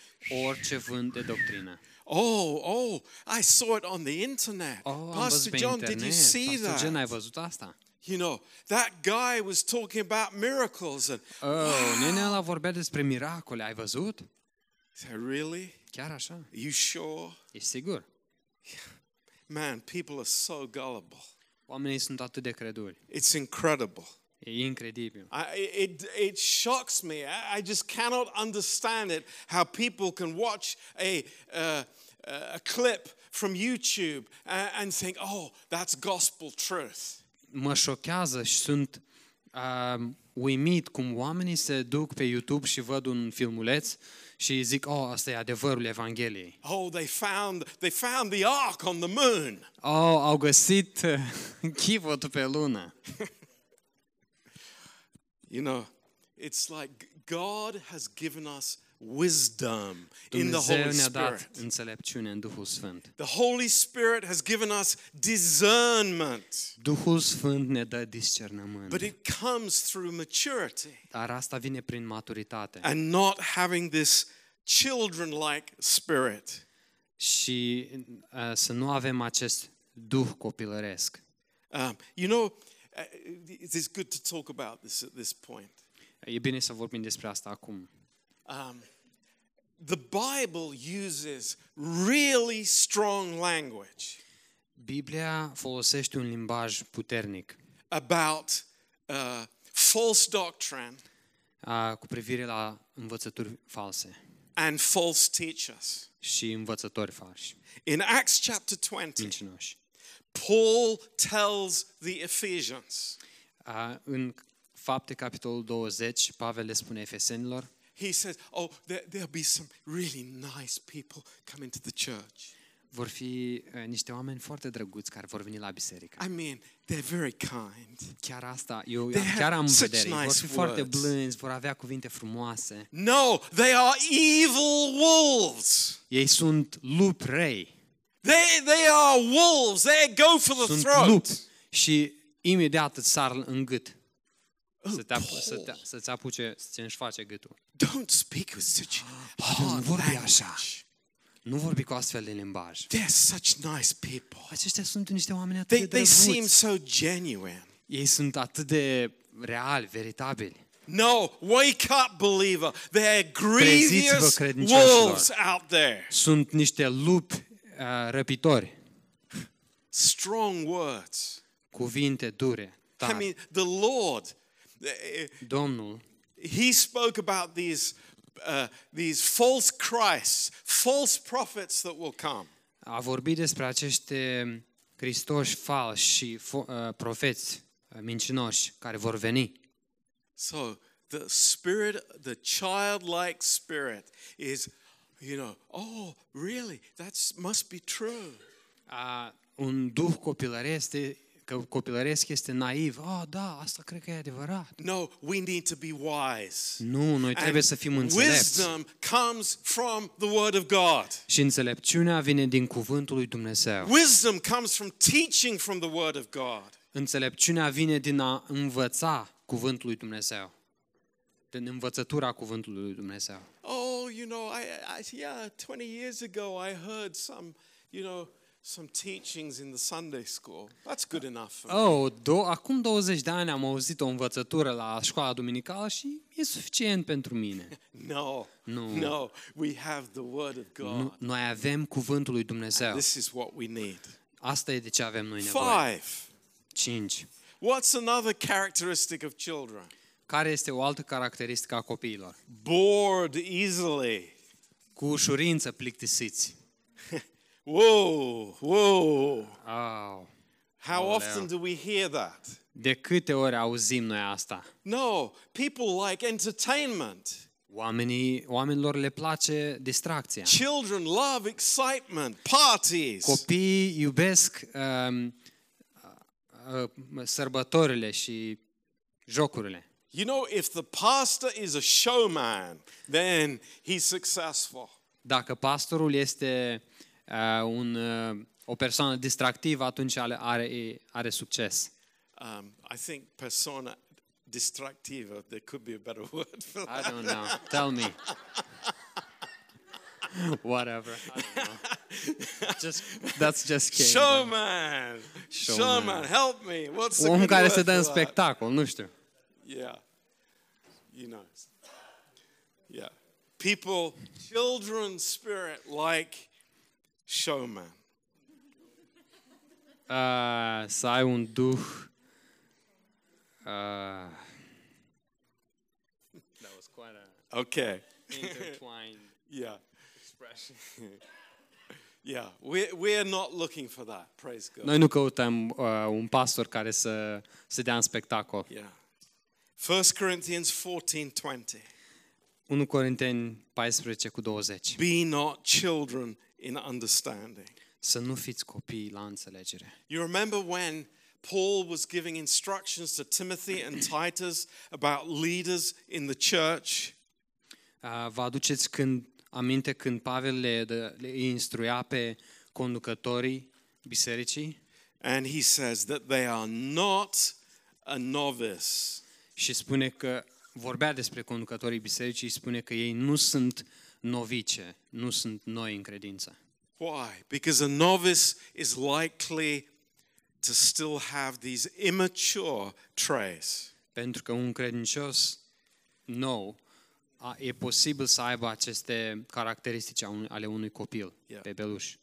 Speaker 1: Orice vânt de doctrină.
Speaker 2: Oh, oh, I saw it on the internet.
Speaker 1: Oh, am
Speaker 2: Pastor
Speaker 1: văzut pe
Speaker 2: John,
Speaker 1: internet.
Speaker 2: did you see
Speaker 1: Pastor John,
Speaker 2: that?
Speaker 1: ai văzut asta?
Speaker 2: You know, that guy was talking about miracles. And
Speaker 1: Oh, nenea la vorbea despre miracole, ai văzut?
Speaker 2: I said, really?
Speaker 1: Chiar așa?
Speaker 2: Are you sure?
Speaker 1: Ești sigur?
Speaker 2: Man, people are so gullible.
Speaker 1: Oamenii sunt atât de creduli.
Speaker 2: It's incredible.
Speaker 1: E incredibil.
Speaker 2: I, it, it shocks me. I, I just cannot understand it how people can watch a, uh, a clip from YouTube and, and think, oh, that's gospel truth.
Speaker 1: Mă șochează și sunt uh, uimit cum oamenii se duc pe YouTube și văd un filmuleț și zic, oh, asta e adevărul Evangheliei.
Speaker 2: Oh, they found, they found the ark on the moon.
Speaker 1: Oh, au găsit uh, chivotul pe lună.
Speaker 2: You know, it's like God has given us wisdom in the
Speaker 1: Dumnezeu
Speaker 2: Holy
Speaker 1: ne-a dat
Speaker 2: Spirit.
Speaker 1: înțelepciune în Duhul Sfânt.
Speaker 2: The Holy Spirit has given us discernment,
Speaker 1: Duhul Sfânt ne dă discernământ.
Speaker 2: but it comes through maturity.
Speaker 1: Dar asta vine prin maturitate.
Speaker 2: and not having this children like spirit.
Speaker 1: Și uh, să nu avem acest duh copilăresc.
Speaker 2: Um, you know, uh, it is good to talk about this at this point.
Speaker 1: E bine să vorbim despre asta acum.
Speaker 2: Um, the Bible uses really strong language
Speaker 1: Biblia folosește un limbaj puternic
Speaker 2: about uh, false doctrine
Speaker 1: a, cu privire la învățături false
Speaker 2: and false teachers.
Speaker 1: și învățători falși,
Speaker 2: In Acts chapter
Speaker 1: Hmm.
Speaker 2: 20,
Speaker 1: mincinoși.
Speaker 2: Paul tells the Ephesians,
Speaker 1: A, în Fapte, capitolul 20, Pavel le spune efesenilor,
Speaker 2: he says, Oh, there, there'll be some really nice people coming to the church.
Speaker 1: vor fi uh, niște oameni foarte drăguți care vor veni la biserică.
Speaker 2: I mean, they're very kind.
Speaker 1: Chiar asta, eu
Speaker 2: They have
Speaker 1: chiar am în
Speaker 2: such
Speaker 1: vedere. Vor
Speaker 2: nice
Speaker 1: fi foarte
Speaker 2: words.
Speaker 1: blânzi, vor avea cuvinte frumoase.
Speaker 2: No, they are evil wolves.
Speaker 1: Ei sunt lupi rei,
Speaker 2: They, they are wolves. They go for the
Speaker 1: sunt
Speaker 2: throat.
Speaker 1: lupi și imediat îți sar în gât. Să te, apu-
Speaker 2: Oh, Paul.
Speaker 1: să te, să-ți apuce, să-ți înșface gâtul.
Speaker 2: Don't speak with such
Speaker 1: Ah,
Speaker 2: hard
Speaker 1: vorbi așa.
Speaker 2: language.
Speaker 1: Nu vorbi cu astfel de limbaj.
Speaker 2: They're such nice people.
Speaker 1: Aceștia sunt niște oameni atât
Speaker 2: They,
Speaker 1: de
Speaker 2: they seem
Speaker 1: drăguți.
Speaker 2: so genuine.
Speaker 1: Ei sunt atât de reali, veritabili.
Speaker 2: No, wake up, believer. There are
Speaker 1: Treziți-vă,
Speaker 2: grievous
Speaker 1: credincioșilor.
Speaker 2: wolves out there.
Speaker 1: Sunt niște lupi uh, răpitori,
Speaker 2: Strong words.
Speaker 1: cuvinte dure.
Speaker 2: I
Speaker 1: Tari.
Speaker 2: mean, the Lord, eh,
Speaker 1: Domnul
Speaker 2: He spoke about these, uh, these false Christs, false prophets that will come.
Speaker 1: a vorbit despre acești Hristoși falși și fo- uh, profeți uh, mincinoși care vor veni.
Speaker 2: So the spirit, the childlike spirit is, you know, oh, really? That must be true.
Speaker 1: A, Uh, un duh copilăresc, este- că copilăresc este naiv. Ah, da, asta cred că e adevărat.
Speaker 2: No, we need to be wise.
Speaker 1: Nu, noi trebuie
Speaker 2: And
Speaker 1: să fim înțelepți.
Speaker 2: wisdom comes from the Word of God.
Speaker 1: Și înțelepciunea vine din cuvântul lui Dumnezeu.
Speaker 2: Wisdom comes from teaching from the Word of God.
Speaker 1: Înțelepciunea vine din a învăța cuvântul lui Dumnezeu. Din învățătura cuvântului lui Dumnezeu.
Speaker 2: Oh, you know, I, I yeah, 20 years ago I heard some, you know, some teachings in the Sunday school. That's good enough for me.
Speaker 1: Oh, do- acum 20 de ani am auzit o învățătură la școala duminicală și e suficient pentru mine.
Speaker 2: No,
Speaker 1: No.
Speaker 2: no, we have the Word of God.
Speaker 1: Nu- Noi avem cuvântul lui Dumnezeu.
Speaker 2: This is what we need.
Speaker 1: Asta e de ce avem noi nevoie.
Speaker 2: Five.
Speaker 1: 5.
Speaker 2: What's another characteristic of children?
Speaker 1: Care este o altă caracteristică a copiilor?
Speaker 2: Bored easily.
Speaker 1: Cu ușurință plictisiți.
Speaker 2: Whoa, whoa.
Speaker 1: Au.
Speaker 2: How
Speaker 1: Oh,
Speaker 2: often
Speaker 1: no.
Speaker 2: do we hear that?
Speaker 1: De câte ori auzim noi asta?
Speaker 2: No, people like entertainment.
Speaker 1: Oamenii, oamenilor le place distracția.
Speaker 2: Children love excitement, parties.
Speaker 1: Copiii iubesc um, uh, uh, sărbătorile și jocurile.
Speaker 2: You know, if the pastor is a showman, then he's successful.
Speaker 1: Dacă pastorul este uh, un, uh, o persoană distractivă, atunci ale- are, are succes.
Speaker 2: Um, I think persona distractiva, there could be a better word for that.
Speaker 1: I don't know. Tell me. Whatever. I don't know. Just that's just came.
Speaker 2: Showman.
Speaker 1: Showman.
Speaker 2: showman, help me. What's the
Speaker 1: Un om
Speaker 2: good
Speaker 1: care
Speaker 2: word
Speaker 1: se dă în
Speaker 2: for that?
Speaker 1: spectacol, nu știu.
Speaker 2: Yeah. You know. Yeah. People, children's spirit like showman.
Speaker 1: Uh, să ai un duh uh, That was quite a
Speaker 2: Okay.
Speaker 1: intertwined
Speaker 2: Yeah.
Speaker 1: expression.
Speaker 2: Yeah. We're, we're not looking for that. Praise God.
Speaker 1: Noi nu căutăm uh, un pastor care să se dea în spectacol.
Speaker 2: Yeah. 1 Corinthians 14 20.
Speaker 1: 1 Corinteni 14 cu 20.
Speaker 2: Be not children in understanding.
Speaker 1: Să nu fiți copii la înțelegere.
Speaker 2: You remember when Paul was giving instructions to Timothy and Titus about leaders in the church?
Speaker 1: Uh, Vă aduceți când, aminte când Pavel le, dă- le instruia pe conducătorii bisericii
Speaker 2: And he says that they are not a novice.
Speaker 1: și spune că vorbea despre conducătorii bisericii, spune că ei nu sunt novice, nu sunt noi în credință.
Speaker 2: Why? Because a novice is likely to still have these immature traits.
Speaker 1: Pentru că un credincios nou a, e posibil să aibă aceste caracteristici a unui- ale unui copil,
Speaker 2: Yeah.
Speaker 1: pe beluș.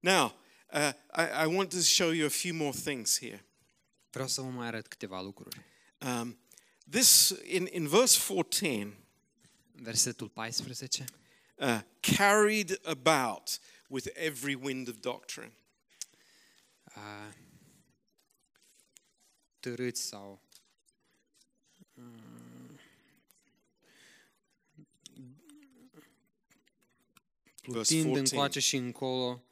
Speaker 2: Now, uh, I, I want to show you a few more things here.
Speaker 1: Vreau să vă mai arăt câteva lucruri.
Speaker 2: Um, This, in, in verse 14,
Speaker 1: Versetul 14.
Speaker 2: uh, carried about with every wind of doctrine.
Speaker 1: Uh, târâți sau
Speaker 2: Verse
Speaker 1: tind
Speaker 2: 14.
Speaker 1: încoace și încolo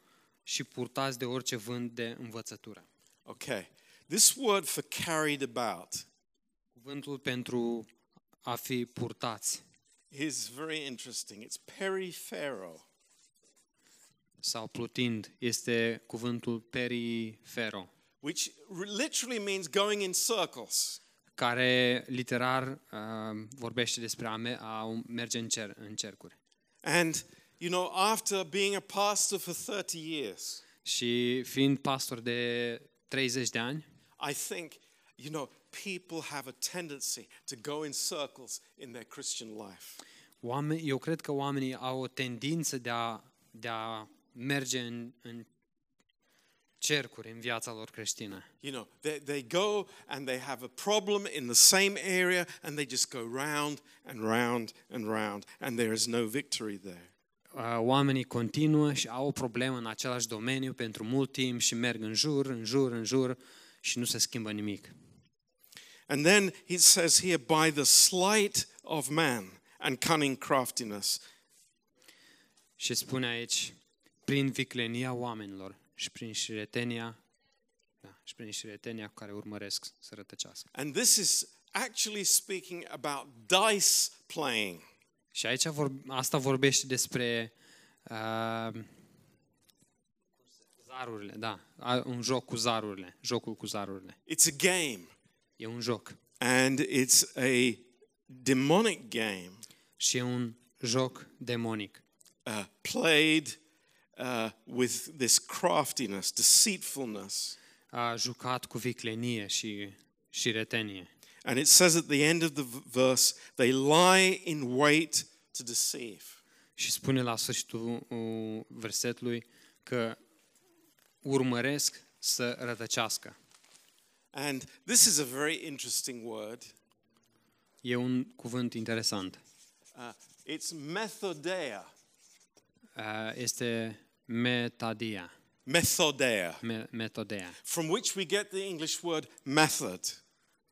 Speaker 1: și purtați de orice vânt de învățătură.
Speaker 2: Okay. This word for carried about
Speaker 1: Cuvântul pentru a fi purtați
Speaker 2: is very interesting. It's periphero.
Speaker 1: sau plutind este cuvântul perifero,
Speaker 2: which r- literally means going in circles.
Speaker 1: care literar uh, vorbește despre a, me- a um, merge în, cer- în cercuri.
Speaker 2: And, you know, after being a pastor for 30 years,
Speaker 1: Și fiind pastor de 30 de ani,
Speaker 2: I think, you know, people have a tendency to go in circles in their Christian life.
Speaker 1: oameni, eu cred că oamenii au o tendință de a, de a merge în, în cercuri în viața lor creștină.
Speaker 2: You know, they, they go and they have a problem in the same area and they just go round and round and round, and there is no victory there.
Speaker 1: Uh, Oamenii continuă și au o problemă în același domeniu pentru mult timp și merg în jur, în jur, în jur și nu se schimbă nimic.
Speaker 2: And then it says here, by the sleight of man and cunning craftiness,
Speaker 1: Și spune aici, prin viclenia oamenilor și prin șiretenia, da, și prin șiretenia cu care urmăresc să rătăcească.
Speaker 2: And this is actually speaking about dice playing.
Speaker 1: Și aici vor, asta vorbește despre uh, zarurile, da, a- un joc cu zarurile, jocul cu zarurile.
Speaker 2: It's a game,
Speaker 1: E un joc
Speaker 2: and it's a demonic game
Speaker 1: și e un joc demonic.
Speaker 2: uh, played uh, with this craftiness, deceitfulness.
Speaker 1: A jucat cu viclenie și, și retenie.
Speaker 2: And it says at the end of the v- verse, they lie in wait to deceive.
Speaker 1: Și spune la sfârșitul uh, versetului că urmăresc să rătăcească.
Speaker 2: And this is a very interesting word.
Speaker 1: E un cuvânt interesant.
Speaker 2: Uh, it's methodeia.
Speaker 1: Uh, Este metadia,
Speaker 2: Methodeia,
Speaker 1: me- metodea,
Speaker 2: from which we get the English word method.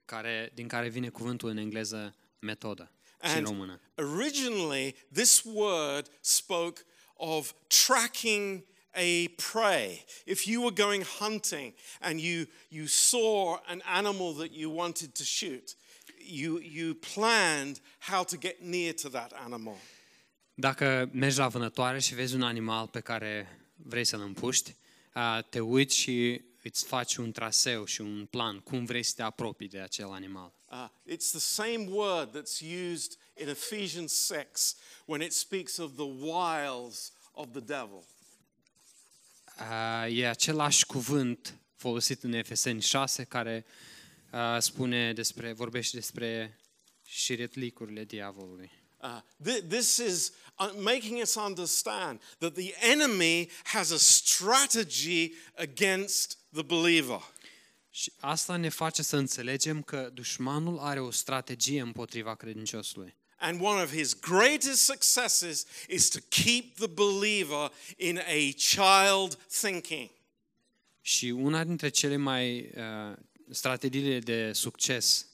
Speaker 1: care, din care vine cuvântul în engleză metodă și în
Speaker 2: And-
Speaker 1: română.
Speaker 2: Originally, this word spoke of tracking a prey. If you were going hunting and you, you saw an animal that you wanted to shoot, you, you planned how to get near to that animal.
Speaker 1: Dacă mergi la vânătoare și vezi un animal pe care vrei să-l împuști, uh, te uiți și îți faci un traseu și un plan, cum vrei să te apropii de acel animal.
Speaker 2: Uh, it's the same word that's used in Ephesians 6 when it speaks of the wiles of the devil.
Speaker 1: Uh, E același cuvânt folosit în Efeseni 6 care uh, spune despre, vorbește despre șiretlicurile diavolului.
Speaker 2: Uh, thi- this is uh, making us understand that the enemy has a strategy against the believer.
Speaker 1: Și asta ne face să înțelegem că dușmanul are o strategie împotriva credinciosului.
Speaker 2: And one of his greatest successes is to keep the believer in a child thinking.
Speaker 1: Și una dintre cele mai uh, strategiile de succes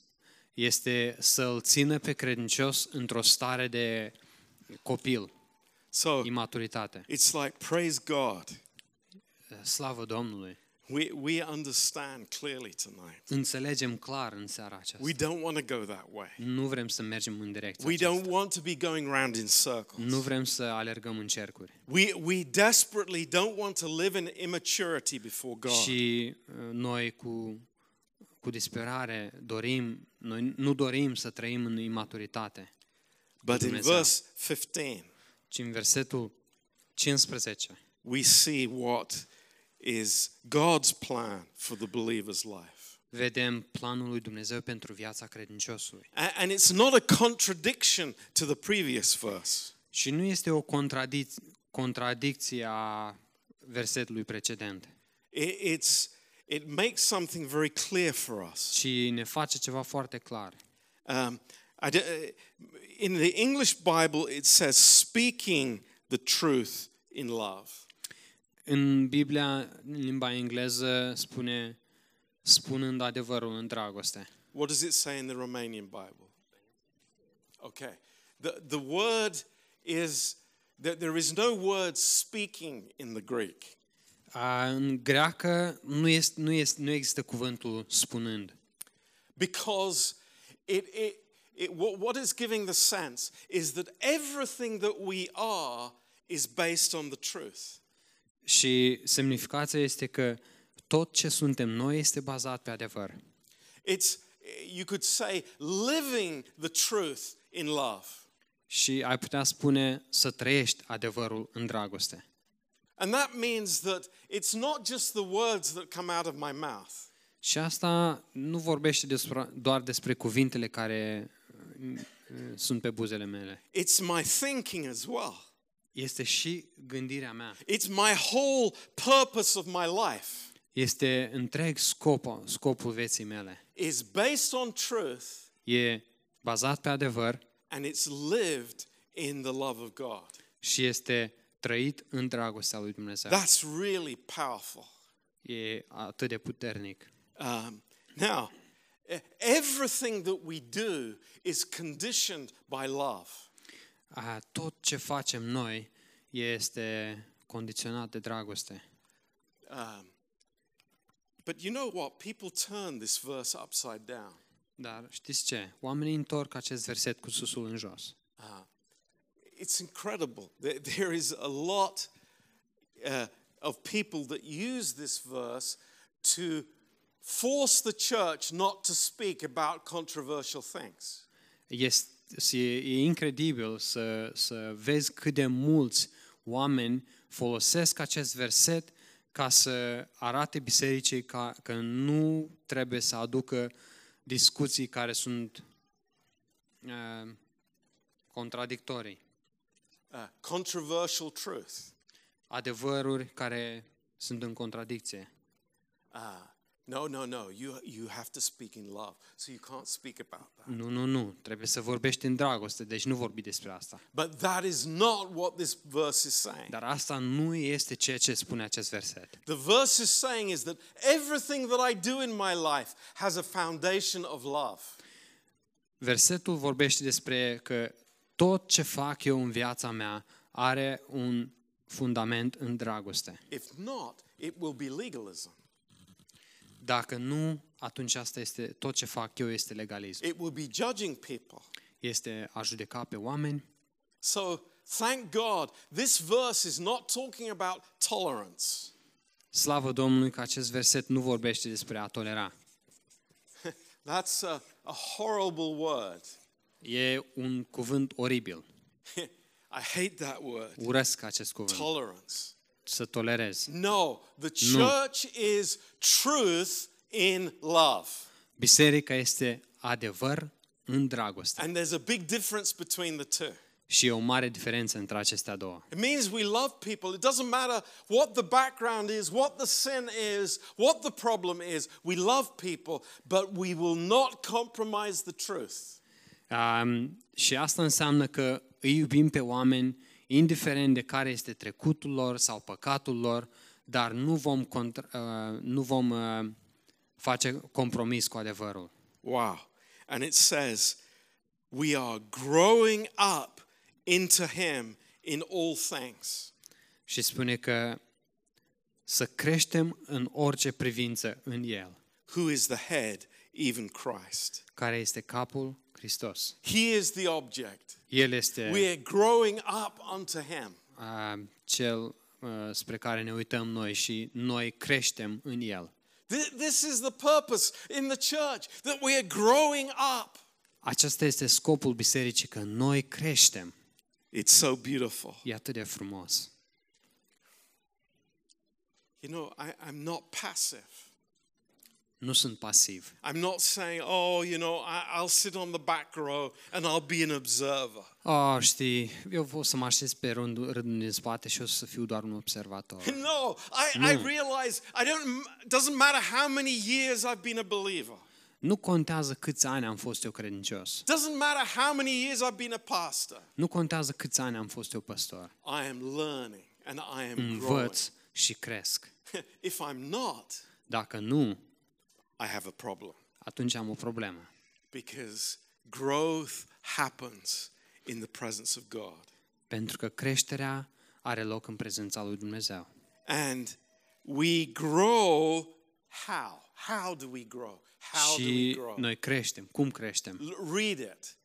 Speaker 1: este să-l țină pe credincios într-o stare de copil,
Speaker 2: So
Speaker 1: imaturitate.
Speaker 2: it's like, praise God.
Speaker 1: Slavă Domnului!
Speaker 2: We, we understand clearly tonight.
Speaker 1: Înțelegem clar în seara aceasta.
Speaker 2: We don't want to go that way.
Speaker 1: Nu vrem să mergem în direcția
Speaker 2: We
Speaker 1: aceasta.
Speaker 2: don't want to be going round in circles.
Speaker 1: Nu vrem să alergăm în cercuri.
Speaker 2: We, we desperately don't want to live in immaturity before God.
Speaker 1: Și uh, noi cu, cu disperare dorim, noi nu dorim să trăim în imaturitate,
Speaker 2: But in
Speaker 1: Dumnezeu.
Speaker 2: verse 15,
Speaker 1: ci în versetul 15
Speaker 2: we see what is God's plan for the believer's life.
Speaker 1: vedem planul lui Dumnezeu pentru viața credinciosului.
Speaker 2: A- And it's not a contradiction to the previous verse.
Speaker 1: Și nu este o contradic- contradicție a versetului precedent,
Speaker 2: I- It's, it makes something very clear for us.
Speaker 1: ci ne face ceva foarte clar.
Speaker 2: Um, I d- uh, in the English Bible, it says speaking the truth in love.
Speaker 1: În Biblia, în limba engleză, spune spunând adevărul în dragoste.
Speaker 2: What does it say in the Romanian Bible? Okay. The, the word is, that there is no word speaking in the Greek.
Speaker 1: A, în greacă nu, este, nu, este, nu există cuvântul spunând.
Speaker 2: because it, it, it, what, what is giving the sense is that everything that we are is based on the truth.
Speaker 1: Și semnificația este că tot ce suntem noi este bazat pe adevăr.
Speaker 2: It's, you could say, living the truth in love.
Speaker 1: Și ai putea spune să trăiești adevărul în dragoste.
Speaker 2: And that means that it's not just the words that come out of my mouth,
Speaker 1: Și asta nu vorbește despre, doar despre cuvintele care uh, sunt pe buzele mele.
Speaker 2: it's my thinking as well.
Speaker 1: Este și gândirea mea.
Speaker 2: It's my whole purpose of my life
Speaker 1: Este întreg scopul, scopul vieții mele.
Speaker 2: is based on truth
Speaker 1: E bazat pe adevăr
Speaker 2: and it's lived in the love of God.
Speaker 1: și este trăit în dragostea lui Dumnezeu.
Speaker 2: That's really powerful.
Speaker 1: E atât de puternic.
Speaker 2: Um, now, e- everything that we do is conditioned by love.
Speaker 1: A, tot ce facem noi este condiționat de dragoste.
Speaker 2: Um, but you know what? People turn this verse upside down.
Speaker 1: Dar știți ce? Oamenii întorc acest verset cu susul în jos.
Speaker 2: It's incredible. There, there is a lot uh, of people that use this verse to force the church not to speak about controversial things.
Speaker 1: Este, e, e incredibil să, să vezi cât de mulți oameni folosesc acest verset ca să arate bisericii ca, că nu trebuie să aducă discuții care sunt uh, contradictorii,
Speaker 2: Uh, controversial truth.
Speaker 1: adevăruri care sunt în contradicție.
Speaker 2: Uh, No, no, no. You, you have to speak in love. So you can't speak about that.
Speaker 1: Nu, nu, nu. Trebuie să vorbești în dragoste, deci nu vorbi despre asta.
Speaker 2: But that is not what this verse is saying.
Speaker 1: Dar asta nu este ceea ce spune acest verset.
Speaker 2: The verse is saying is that everything that I do in my life has a foundation of love.
Speaker 1: Versetul vorbește despre că tot ce fac eu în viața mea are un fundament în dragoste.
Speaker 2: If not, it will be legalism.
Speaker 1: Dacă nu, atunci asta este tot ce fac eu este legalism.
Speaker 2: It will be judging people.
Speaker 1: Este a judeca pe oameni.
Speaker 2: So thank God, this verse is not talking about tolerance.
Speaker 1: Slavă Domnului că acest verset nu vorbește despre a tolera.
Speaker 2: That's a, a horrible word.
Speaker 1: E un cuvânt oribil.
Speaker 2: I hate that word.
Speaker 1: Urăsc acest cuvânt.
Speaker 2: Tolerance.
Speaker 1: Să tolerez.
Speaker 2: No, the church is truth in love.
Speaker 1: Biserica este adevăr în dragoste.
Speaker 2: And there's a big difference between the two.
Speaker 1: Și e o mare diferență între acestea două.
Speaker 2: It means we love people. It doesn't matter what the background is, what the sin is, what the problem is. We love people, but we will not compromise the truth.
Speaker 1: Um, și asta înseamnă că îi iubim pe oameni, indiferent de care este trecutul lor sau păcatul lor, dar nu vom, contra, uh, nu vom uh, face compromis cu adevărul.
Speaker 2: Wow. And it says, we are growing up into Him in all things.
Speaker 1: Și spune că să creștem în orice privință în El,
Speaker 2: Who is the head, even Christ?
Speaker 1: care este capul Hristos.
Speaker 2: He is the object.
Speaker 1: El este
Speaker 2: We are growing up unto Him.
Speaker 1: uh, cel uh, spre care ne uităm noi și noi creștem în El.
Speaker 2: Th- This is the purpose in the church that we are growing up.
Speaker 1: Acesta este scopul bisericii, că noi creștem.
Speaker 2: It's so beautiful.
Speaker 1: E atât de frumos.
Speaker 2: You know, I, I'm not passive.
Speaker 1: Nu sunt pasiv.
Speaker 2: I'm not saying, oh, you know, I, I'll sit on the back row and I'll be an observer.
Speaker 1: Oh, știi, eu o să mă așez pe rândul, rândul din spate și o să fiu doar un observator.
Speaker 2: No, I, I realize I don't. It doesn't matter how many years I've been a believer.
Speaker 1: Nu contează câți ani am fost eu credincios.
Speaker 2: Doesn't matter how many years I've been a pastor.
Speaker 1: Nu contează câți ani am fost eu păstor.
Speaker 2: I am learning and I
Speaker 1: Mm,
Speaker 2: am growing.
Speaker 1: Învăț și cresc.
Speaker 2: if I'm not,
Speaker 1: Dacă nu,
Speaker 2: I have a problem
Speaker 1: atunci am o problemă.
Speaker 2: because growth happens in the presence of God.
Speaker 1: Pentru că creșterea are loc în prezența lui Dumnezeu.
Speaker 2: And we grow how? How do we grow? How do we
Speaker 1: Și
Speaker 2: grow?
Speaker 1: noi creștem. Cum creștem?
Speaker 2: L- Read it.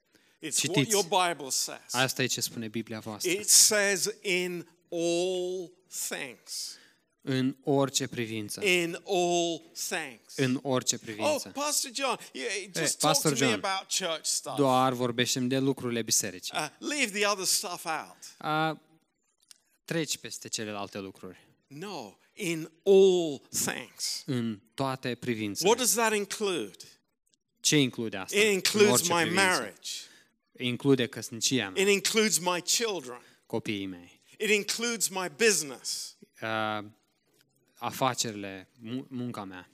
Speaker 2: It's what
Speaker 1: Citiți.
Speaker 2: your Bible says.
Speaker 1: Asta e ce spune Biblia voastră.
Speaker 2: It says in all things.
Speaker 1: În orice privință.
Speaker 2: In all things.
Speaker 1: În orice
Speaker 2: Oh,
Speaker 1: privință.
Speaker 2: Pastor John, yeah, just
Speaker 1: Pastor
Speaker 2: talk to me
Speaker 1: John.
Speaker 2: about church stuff.
Speaker 1: Doar vorbește de lucrurile bisericii.
Speaker 2: Uh, leave the other stuff out.
Speaker 1: A, treci peste celelalte lucruri.
Speaker 2: No, in all things.
Speaker 1: În toate privințele.
Speaker 2: What does that include?
Speaker 1: Ce include asta?
Speaker 2: It
Speaker 1: În
Speaker 2: includes
Speaker 1: orice
Speaker 2: my
Speaker 1: privință.
Speaker 2: marriage.
Speaker 1: Include căsnicia mea,
Speaker 2: It includes my children.
Speaker 1: copiii mei,
Speaker 2: It includes my business.
Speaker 1: a, afacerile, mu- munca mea.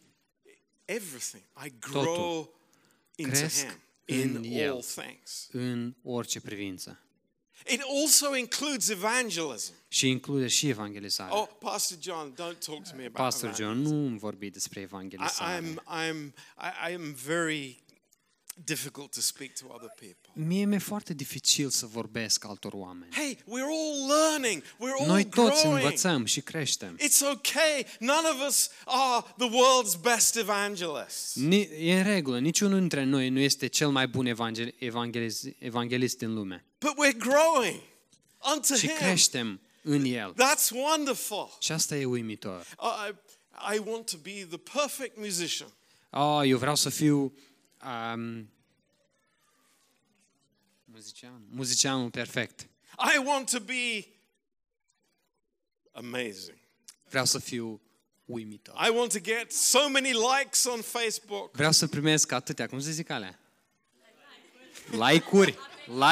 Speaker 2: Everything. I grow into
Speaker 1: Cresc
Speaker 2: Him in
Speaker 1: în El.
Speaker 2: all things.
Speaker 1: În orice privință.
Speaker 2: It also includes evangelism.
Speaker 1: Și include și evangelizarea.
Speaker 2: Oh, Pastor John, don't talk to me about
Speaker 1: Pastor
Speaker 2: evangelism.
Speaker 1: John, nu îmi vorbi despre
Speaker 2: I,
Speaker 1: evangelizare.
Speaker 2: I'm, I'm, I, I am very difficult to speak to other people.
Speaker 1: Mie mi-e foarte dificil să vorbesc altor oameni.
Speaker 2: Hey, we're all learning. We're all
Speaker 1: Noi toți
Speaker 2: growing.
Speaker 1: învățăm și creștem.
Speaker 2: It's okay. None of us are the world's best evangelists.
Speaker 1: Ni- E în regulă, niciunul dintre noi nu este cel mai bun evangel- evangeliz- evanghelist din lume.
Speaker 2: But we're growing unto
Speaker 1: Și
Speaker 2: Him.
Speaker 1: creștem în el.
Speaker 2: That's wonderful.
Speaker 1: Și asta e uimitor.
Speaker 2: I, I want to be the perfect musician.
Speaker 1: Oh, eu vreau să fiu um, muzician, muzicianul perfect.
Speaker 2: I want to be amazing.
Speaker 1: Vreau să fiu uimitor.
Speaker 2: I want to get so many likes on Facebook.
Speaker 1: Vreau să primesc atâtea, cum se zic alea? Like-uri.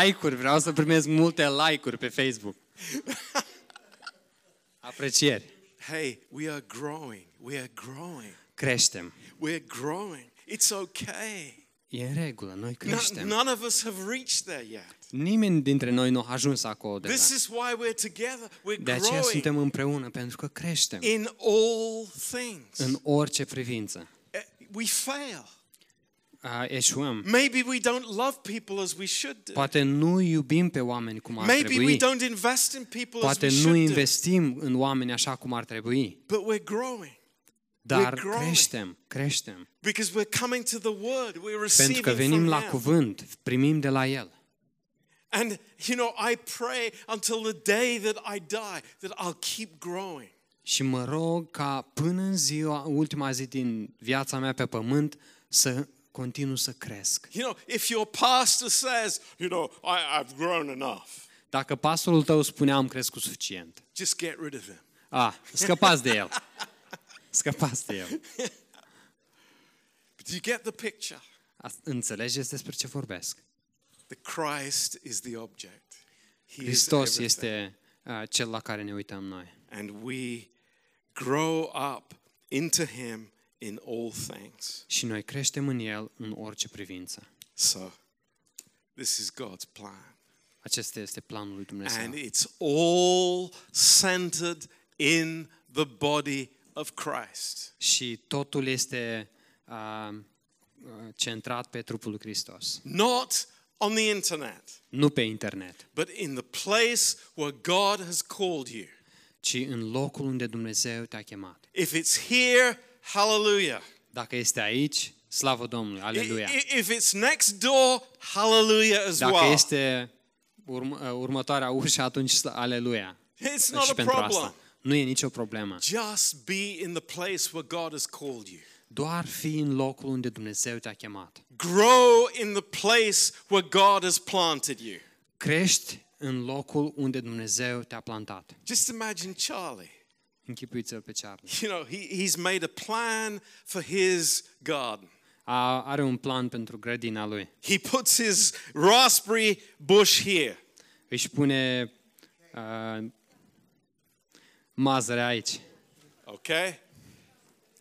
Speaker 1: Like-uri. Vreau să primesc multe like-uri pe Facebook. Aprecieri.
Speaker 2: Hey, we are growing. We are growing.
Speaker 1: Creștem.
Speaker 2: We're growing. It's okay.
Speaker 1: E în regulă, noi
Speaker 2: No-
Speaker 1: creștem.
Speaker 2: none of us have reached there yet.
Speaker 1: Nimeni dintre noi nu a ajuns acolo de
Speaker 2: This
Speaker 1: la.
Speaker 2: is why we're together. We're
Speaker 1: De aceea
Speaker 2: growing
Speaker 1: suntem împreună, pentru că creștem
Speaker 2: in all things.
Speaker 1: în orice privință.
Speaker 2: Uh, We fail.
Speaker 1: A, Eșuăm.
Speaker 2: Maybe we don't love people as we should do.
Speaker 1: Poate nu iubim pe oameni cum ar
Speaker 2: Maybe we
Speaker 1: trebui.
Speaker 2: don't invest in people as
Speaker 1: Poate
Speaker 2: we
Speaker 1: nu
Speaker 2: should do.
Speaker 1: investim în oameni așa cum ar trebui.
Speaker 2: But we're growing
Speaker 1: Dar
Speaker 2: We're growing.
Speaker 1: creștem, creștem.
Speaker 2: because we're coming to the Word. We're
Speaker 1: Pentru
Speaker 2: receiving
Speaker 1: că venim
Speaker 2: from
Speaker 1: la
Speaker 2: Him.
Speaker 1: cuvânt, primim de la El.
Speaker 2: And you know, I pray until the day that I die that I'll keep growing.
Speaker 1: Și mă rog ca până în ziua, ultima zi din viața mea pe pământ, să continu să cresc.
Speaker 2: You know, if your pastor says, you know, I, I've grown enough,
Speaker 1: Dacă pastorul tău spunea am crescut suficient,
Speaker 2: just get rid of him.
Speaker 1: a, scăpați de el. Scăpați de el.
Speaker 2: But do you get the picture?
Speaker 1: Asta- Înțelegeți despre ce vorbesc.
Speaker 2: That Christ is the object. He
Speaker 1: Hristos
Speaker 2: everything.
Speaker 1: este uh, cel la care ne uităm noi.
Speaker 2: And we grow up into him in all things.
Speaker 1: Și noi creștem în El în orice privință.
Speaker 2: So, this is God's plan.
Speaker 1: Acesta este planul lui Dumnezeu.
Speaker 2: And it's all centered in the body of Christ.
Speaker 1: Și totul este uh, centrat pe trupul lui Hristos.
Speaker 2: Not on the internet,
Speaker 1: Nu pe internet,
Speaker 2: but in the place where God has called you.
Speaker 1: ci în locul unde Dumnezeu te-a chemat.
Speaker 2: If it's here, hallelujah.
Speaker 1: Dacă este aici, slavă Domnului,
Speaker 2: I-
Speaker 1: aleluia.
Speaker 2: i- If it's next door, hallelujah as
Speaker 1: Dacă
Speaker 2: well.
Speaker 1: este urm- următoarea ușă, atunci sla- aleluia.
Speaker 2: It's not
Speaker 1: și
Speaker 2: a
Speaker 1: pentru
Speaker 2: problem.
Speaker 1: asta. Nu e nicio problemă.
Speaker 2: Just be in the place where God has called you.
Speaker 1: Doar fi în locul unde Dumnezeu te-a chemat.
Speaker 2: Grow in the place where God has planted you.
Speaker 1: Crești în locul unde Dumnezeu te-a plantat.
Speaker 2: Just imagine Charlie.
Speaker 1: Închipuiți-l pe Charlie.
Speaker 2: You know, he, he's made a plan for his garden.
Speaker 1: A, are un plan pentru grădina lui.
Speaker 2: He puts his raspberry bush here.
Speaker 1: Își pune uh, mazăre aici.
Speaker 2: Okay?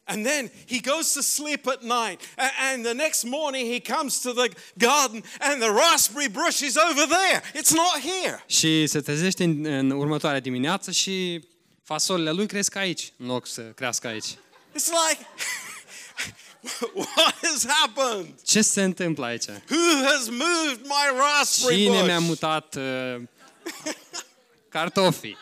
Speaker 2: And then he goes to sleep at night. A- And the next morning he comes to the garden and the raspberry bush is over there. It's not here.
Speaker 1: Și se trezește în, în următoarea dimineață și fasolele lui cresc aici, în loc să crească aici.
Speaker 2: It's like, what has happened?
Speaker 1: Ce se întâmplă aici?
Speaker 2: Who has moved my raspberry
Speaker 1: Cine mi-a
Speaker 2: bush?
Speaker 1: mutat uh, cartofii?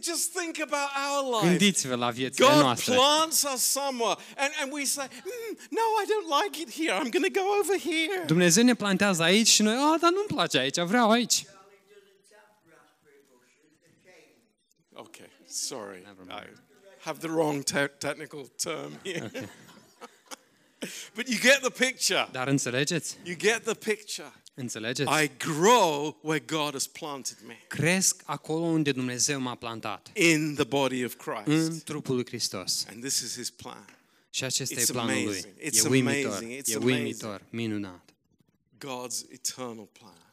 Speaker 2: Just think about our life.
Speaker 1: Gândiți-vă la viețile
Speaker 2: God
Speaker 1: noastre.
Speaker 2: plants us somewhere, and, and we say, "Mm, No, I don't like it here. I'm going to go over here.
Speaker 1: Dumnezeu ne plantează aici și noi, a, dar nu-mi place aici, vreau aici.
Speaker 3: Charlie doesn't have raspberry bushes, they came.
Speaker 2: Okay, sorry.
Speaker 1: Never
Speaker 2: I
Speaker 1: mind.
Speaker 2: have the wrong te- technical term here. but you get the picture.
Speaker 1: Dar înțelegeți?
Speaker 2: You get the picture.
Speaker 1: Înțelegeți?
Speaker 2: I grow where God has planted me
Speaker 1: Cresc acolo unde Dumnezeu m-a plantat.
Speaker 2: in the body of
Speaker 1: În
Speaker 2: Christ.
Speaker 1: trupul lui Hristos.
Speaker 2: And this is his plan.
Speaker 1: Și acesta e
Speaker 2: It's
Speaker 1: planul
Speaker 2: amazing.
Speaker 1: lui.
Speaker 2: It's
Speaker 1: E uimitor.
Speaker 2: amazing. It's
Speaker 1: E uimitor. Minunat.
Speaker 2: God's eternal plan.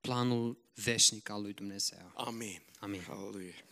Speaker 1: Planul veșnic al lui Dumnezeu.
Speaker 2: Amen.
Speaker 1: Amen.
Speaker 2: Hallelujah.